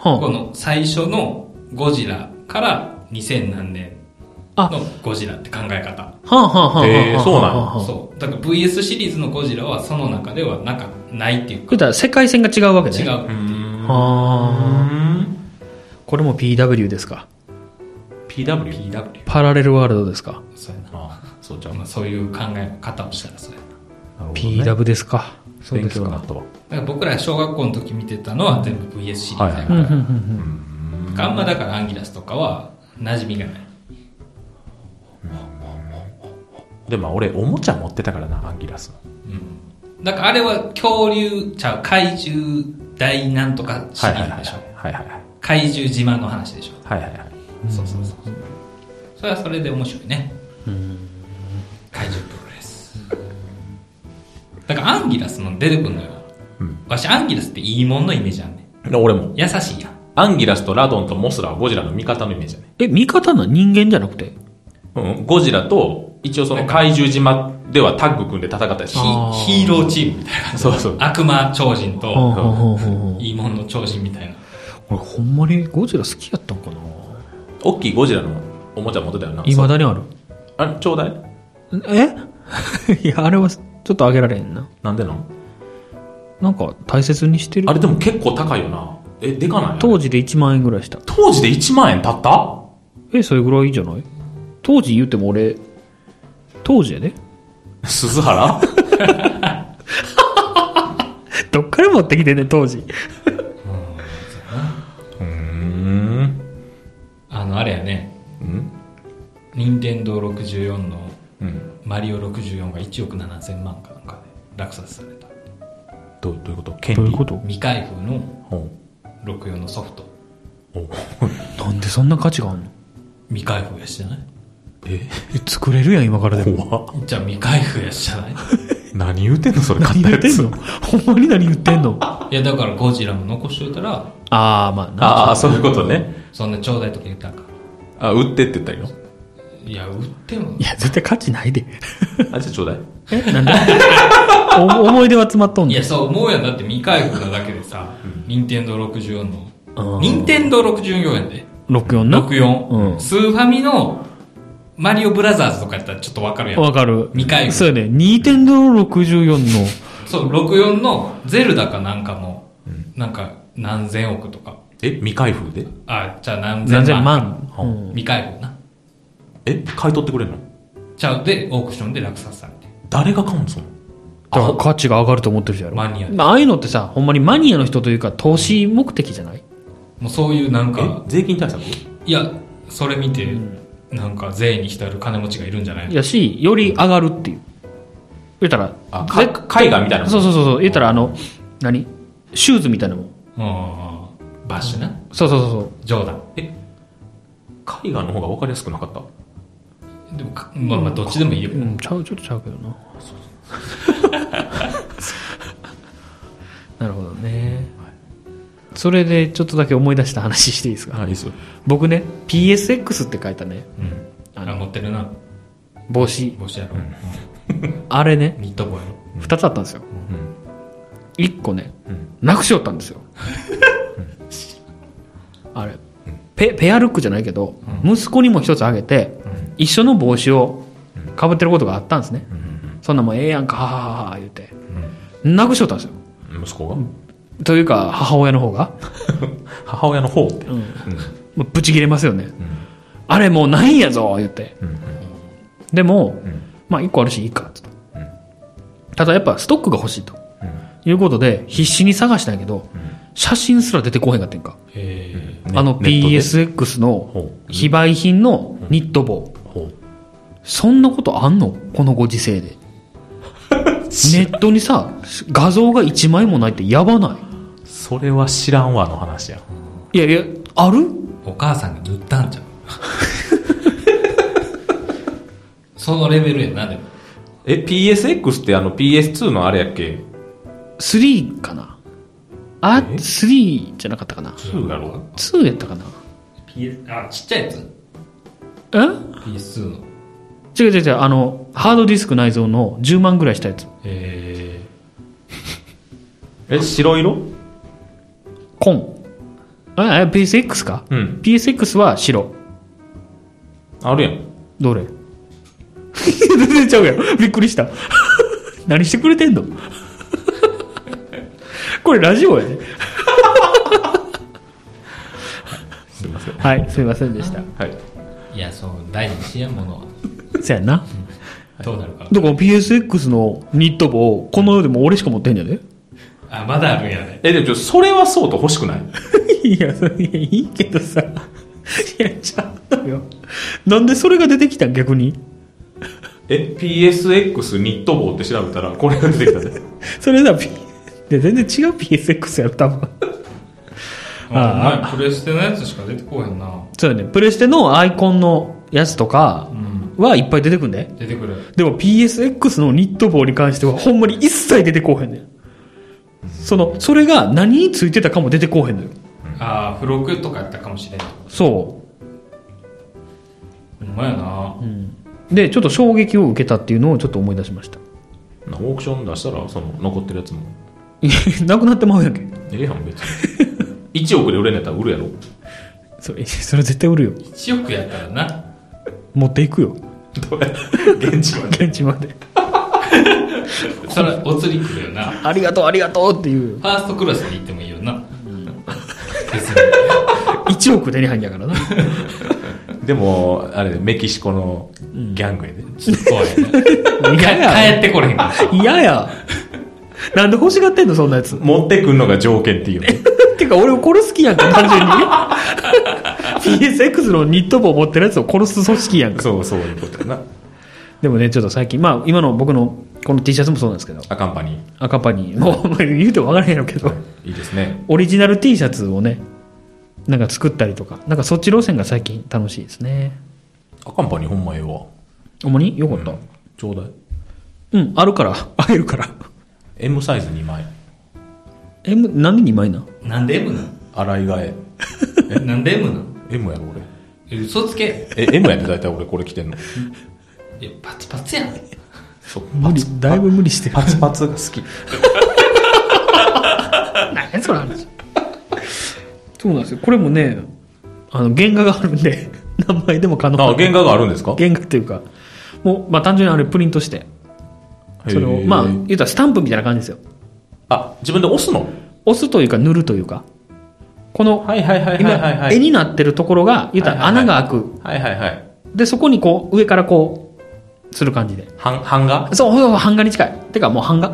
Speaker 2: こ
Speaker 1: は
Speaker 2: の最初のゴジラから2000何年
Speaker 1: あ。あ、
Speaker 2: のゴジラって考え方。
Speaker 1: はあはあはあ。
Speaker 3: へえそうなんや
Speaker 1: の
Speaker 2: そう。だから VS シリーズのゴジラはその中ではなんかないっていうか、
Speaker 1: 言ったら世界線が違うわけね。
Speaker 2: 違う。。
Speaker 1: はあ。
Speaker 3: ん。
Speaker 1: これも PW ですか。
Speaker 3: PW?
Speaker 2: PW。
Speaker 1: パラレルワールドですか。
Speaker 2: そうやな。
Speaker 3: あ、そうちゃう
Speaker 2: ま
Speaker 3: な
Speaker 2: あ、そういう考え方をしたらそうやな。
Speaker 3: るほどね
Speaker 1: PW ですか。そうで
Speaker 3: 勉
Speaker 1: す
Speaker 3: 強にな
Speaker 1: か。
Speaker 3: ったわ。
Speaker 2: だから僕ら小学校の時見てたのは全部 VS シリーズや
Speaker 3: う
Speaker 2: か
Speaker 1: うん
Speaker 2: ら、
Speaker 1: うんうんうん。
Speaker 2: あんまだからアンギラスとかは馴染みがない。
Speaker 3: でも俺、おもちゃ持ってたからな、アンギラス。
Speaker 2: うん。だからあれは恐竜ちゃう、怪獣大なんとかシリーズでしょ。
Speaker 3: はいはいはい。
Speaker 2: 怪獣自慢の話でしょ。
Speaker 3: はいはいはい。
Speaker 2: そうそうそう。それはそれで面白いね。怪獣プロレス。だからアンギラスの出てくんのよ。
Speaker 3: うん
Speaker 2: わしアンギラスっていいもんのイメージあんねん。
Speaker 3: で俺も。
Speaker 2: 優しいやん。
Speaker 3: アンギラスとラドンとモスラはゴジラの味方のイメージだね。
Speaker 1: え、味方な人間じゃなくて
Speaker 3: うん、ゴジラと、一応その怪獣島ではタッグ組んで戦ったりし
Speaker 2: ヒヒーローチームみたいな。
Speaker 3: そうそう。
Speaker 2: 悪魔超人
Speaker 1: はあは
Speaker 2: と、
Speaker 1: あはあはあ
Speaker 2: いいもんの超人みたいな。
Speaker 1: 俺ほんまにゴジラ好きやったんかな
Speaker 3: 大きいゴジラのおもちゃ持ってたよな。
Speaker 1: いまだにある
Speaker 3: そうあれ、ちょうだい
Speaker 1: え *laughs* いやあれはちょっとあげられへんな
Speaker 3: なんでなん
Speaker 1: なんか大切にしてる
Speaker 3: あれでも結構高いよな。え、でかない
Speaker 1: 当時で1万円ぐらいした
Speaker 3: 当時で1万円たった *laughs*
Speaker 1: えそれぐらいじゃない当時言うても俺当時やで
Speaker 3: 鈴原
Speaker 1: *laughs* どっから持ってきてんねん当時
Speaker 3: うーん。
Speaker 2: あの、あれやね。
Speaker 3: うん
Speaker 2: 任天堂64の
Speaker 3: うん。
Speaker 2: マリオ64が1億7000万かなんかで落札された。
Speaker 3: どうどういうこと権利
Speaker 1: どういうこと
Speaker 2: 未開封の
Speaker 3: ほう
Speaker 2: 64のソフト。
Speaker 3: ほう
Speaker 1: なんでそんな価値があんの
Speaker 2: 未開封やしじゃない
Speaker 3: え
Speaker 1: え作れるやん今からでも
Speaker 3: 怖っ
Speaker 2: じゃあ未開封やしじゃない *laughs*
Speaker 3: 何言うてんのそれ買
Speaker 1: 何言
Speaker 3: ったや
Speaker 1: ってん
Speaker 3: つ。
Speaker 1: のほんまに何言ってんのあ
Speaker 2: いやだからゴジラも残しといたら
Speaker 1: あーまあな
Speaker 3: ああ、そういうことね。
Speaker 2: そんなちょうだいとか言ったらあかん
Speaker 3: あ、売ってって言ったよ。
Speaker 2: いいや、売っても
Speaker 1: い、や、絶対価値ないで。
Speaker 3: あ、じゃあちょうだい。
Speaker 1: *laughs* えなんでお思い出は詰まっとん
Speaker 2: い
Speaker 1: ねん
Speaker 2: や、そう思うやん。だって未開封なだけでさ、任天堂64
Speaker 1: あー
Speaker 2: の。任天堂64やで。
Speaker 1: 64な。
Speaker 2: 64。
Speaker 1: うん
Speaker 2: スーファミの、マリオブラザーズとかやったらちょっとわかるやん。
Speaker 1: わかる。
Speaker 2: 未開封
Speaker 1: そうやね。ニーテンドー64の。
Speaker 2: そう、64のゼルダかなんかの、なんか何千億とか。
Speaker 3: え、未開封で
Speaker 2: あ、じゃあ何千
Speaker 1: 何
Speaker 2: 万。
Speaker 1: 千万。うん
Speaker 2: 未開封な。
Speaker 3: え、買い取ってくれるの
Speaker 2: ちゃうで、オークションで落札されて。
Speaker 3: 誰が買うんその
Speaker 1: だから価値が上がると思ってるじゃろ。
Speaker 2: マニアで
Speaker 1: まあああいうのってさ、ほんまにマニアの人というか、投資目的じゃない
Speaker 2: もうそういうなん
Speaker 3: え
Speaker 2: か、
Speaker 3: 税金対策
Speaker 2: いや、それ見て、なんか税に浸る金持ちがいるんじゃないの
Speaker 1: やし、より上がるっていう。言ったら、
Speaker 3: あ、か絵画みたいな
Speaker 1: そうそうそうそう、言ったらあの、何シューズみたいなもん。
Speaker 2: うん。バッシュな。
Speaker 1: そうそうそうそう。
Speaker 2: 冗談。
Speaker 3: 絵画の方が分かりやすくなかった
Speaker 2: でもか、まあまあ、どっちでもいいよ。
Speaker 1: うん、ちゃう、ちょっとちゃうけど
Speaker 3: *laughs*
Speaker 1: な。なるほどね。それでちょっとだけ思い出した話していいですか
Speaker 3: あ、いいっすよ。
Speaker 1: 僕ね、PSX って書いたね、
Speaker 2: うん。
Speaker 1: あ
Speaker 2: あ
Speaker 1: の
Speaker 2: 持ってるな。
Speaker 1: 帽子。
Speaker 2: 帽子やろ。
Speaker 1: あれね、
Speaker 2: ニット帽やろ。
Speaker 1: 二つあったんですよ。一個ね、なくしよったんですよ。あれ、ペ、ペアルックじゃないけど、息子にも一つあげて、一緒の帽子をかぶってることがあったんですね。そんなもんええやんか、はははは、言うて。なくしよったんですよ。
Speaker 3: 息子が、
Speaker 1: というか母親の方が、
Speaker 3: 母親の方って。
Speaker 1: うんもうブチ切れますよね、あれもうないんやぞ言って、でも、まあ1個あるしいいかっつってただやっぱストックが欲しいと、いうことで必死に探したんやけど、写真すら出てこへんかってんか、
Speaker 2: へえ。
Speaker 3: ね
Speaker 1: あの
Speaker 3: ネットで
Speaker 1: PSX の
Speaker 3: ほう
Speaker 1: 非売品のニット帽、
Speaker 3: ほ
Speaker 1: そんなことあんのこのご時世 *laughs* でネットにさ画像が1枚もないってやばな
Speaker 3: うそれは知らんわの話や。
Speaker 1: いいやいやある
Speaker 2: お母さんが塗ったんじゃん。 *laughs* そのレベルやな、でも。
Speaker 3: え、PSX ってあの PS2 のあれやっけ
Speaker 1: 3かなあ、3じゃなかったかな
Speaker 3: ?2 やろ
Speaker 1: ?2 やったかな
Speaker 2: PS、あ、ちっちゃいやつ
Speaker 1: え
Speaker 2: ?PS2 の。
Speaker 1: 違う違う違う、あの、ハードディスク内蔵の10万ぐらいしたやつ。
Speaker 2: へ
Speaker 3: え、白色
Speaker 1: コン。え、え PSX か
Speaker 3: うん。
Speaker 1: ?PSX は白。
Speaker 3: あるやん。
Speaker 1: どれ全然ちゃうやん。びっくりした。 *laughs* 何してくれてんの *laughs* これラジオやね。
Speaker 3: すいません。
Speaker 1: はい、すいませんで *laughs* した。
Speaker 3: はい。
Speaker 2: え。いや、そう、第二子やものは。
Speaker 1: そやな。
Speaker 2: どうなるか。
Speaker 1: だから PSX のニット帽、この世でも俺しか持ってんじゃね
Speaker 2: あ、まだあるんやね。
Speaker 3: え、でもちょ、それはそうと欲しくない
Speaker 1: いや、それいやいいけどさ。いや、ちゃうのよ。なんでそれが出てきたん逆に。
Speaker 3: え、PSX ニット帽って調べたら、これが出てきた *laughs* で。
Speaker 1: それだ、P、で全然違う PSX やろ、多分。あ
Speaker 2: あ、前プレステのやつしか出てこへんな。
Speaker 1: そうだね。プレステのアイコンのやつとか
Speaker 2: うん。
Speaker 1: はいっぱい出てくんで。
Speaker 2: 出てくる。
Speaker 1: でも PSX のニット帽に関してはほんまに一切出てこうへんねん。その、それが何についてたかも出てこうへんのよ。
Speaker 2: あー、付録とかやったかもしれん。ほ
Speaker 1: そ
Speaker 2: んまやな
Speaker 1: う。。うん。で、ちょっと衝撃を受けたっていうのをちょっと思い出しました。
Speaker 3: なオークション出したら、その、残ってるやつも。
Speaker 1: いや *laughs* なくなってまうやんけ。
Speaker 3: ええやん、別 *laughs* に。1億で売れんやったら売るやろ。
Speaker 1: それ、それ絶対売るよ。
Speaker 2: 1億やったらな。
Speaker 1: 持っていくよ。
Speaker 3: どうや現地まで。
Speaker 1: 現地まで。
Speaker 2: それ、お釣り来るよな。
Speaker 1: ありがとう、ありがとうっていう。
Speaker 2: ファーストクラスに行ってもいいよな。 *laughs* 別に。
Speaker 1: 1億手に入んやからな。
Speaker 3: でも、あれ、メキシコのギャングやで。
Speaker 2: ちょっと怖い *laughs* ね。
Speaker 1: 嫌や。
Speaker 2: 帰ってこれへんから。
Speaker 1: 嫌や。なんで欲しがってんの、そんなやつ。
Speaker 3: 持ってくんのが条件っていうね。
Speaker 1: てか、俺を殺す気やんか、単純に。PSX のニット帽持ってるやつを殺す組織やんか。
Speaker 3: そう、そういうことやな。
Speaker 1: でもね、ちょっと最近、まあ、今の僕のこの T シャツもそうなんですけど、
Speaker 3: アカンパニ
Speaker 1: アカンパニー、もう、まあ言うても分からへんやろうけど、
Speaker 3: ー。いいですね。
Speaker 1: オリジナル T シャツをね、なんか作ったりとか、なんかそっち路線が最近楽しいですね。
Speaker 3: アカンパニーほんまええわ。
Speaker 1: 主によかった。
Speaker 3: ちょうだい。
Speaker 1: うん、あるから、会えるから。
Speaker 3: M サイズ2枚。
Speaker 1: M、なんで2枚なん
Speaker 2: なんで M な
Speaker 3: 洗い替え。
Speaker 2: *laughs* んなんで M なん
Speaker 3: え M やろ、俺。
Speaker 2: え嘘つけ。
Speaker 3: え、M やで大体俺これ着てんの。
Speaker 2: いや、パツパツやん。
Speaker 3: そう。
Speaker 1: 無理、だいぶ無理してる
Speaker 3: パ。ツパツが好き。
Speaker 1: 何その話。そうなんですよ。これもね、あの、原画があるんで、 *laughs* 何枚でも可能。
Speaker 3: あ、原画があるんですか
Speaker 1: 原画っていうか、もう、まあ単純にあれプリントして、それを、
Speaker 3: へー
Speaker 1: まあ、言うたらスタンプみたいな感じですよ。
Speaker 3: あ、自分で押すの
Speaker 1: 押すというか塗るというか、この、
Speaker 3: はいはいはいはいはいは
Speaker 1: 今、
Speaker 3: い。
Speaker 1: 絵になってるところが、言うたら穴が開く。
Speaker 3: はいはいはい。
Speaker 1: で、そこにこう、上からこう、する感じで。
Speaker 3: 版版画
Speaker 1: そう、ほぼ版画に近い。てかもう版画。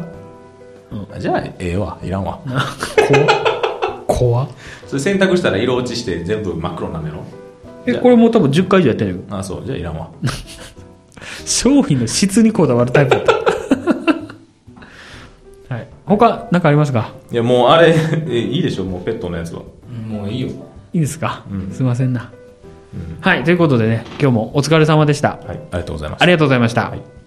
Speaker 3: じゃあ、ええわ。いらんわ。
Speaker 1: 怖
Speaker 3: それ選択したら色落ちして全部真っ黒なんやろ
Speaker 1: え、これもう多分10回以上やってるよ。
Speaker 3: あ、そう。じゃあいらんわ。
Speaker 1: 商品の質にこだわるタイプだ *laughs* った。はい。他、何かありますか
Speaker 3: いや、もうあれ、 *laughs* えいいでしょ、もうペットのやつは。
Speaker 2: もういいよ。
Speaker 1: いいですか、
Speaker 3: うん
Speaker 1: すいませんな、はい、ということでね、今日もお疲れ様でした。
Speaker 3: はい、ありがとうございます。
Speaker 1: ありがとうございました。
Speaker 3: はい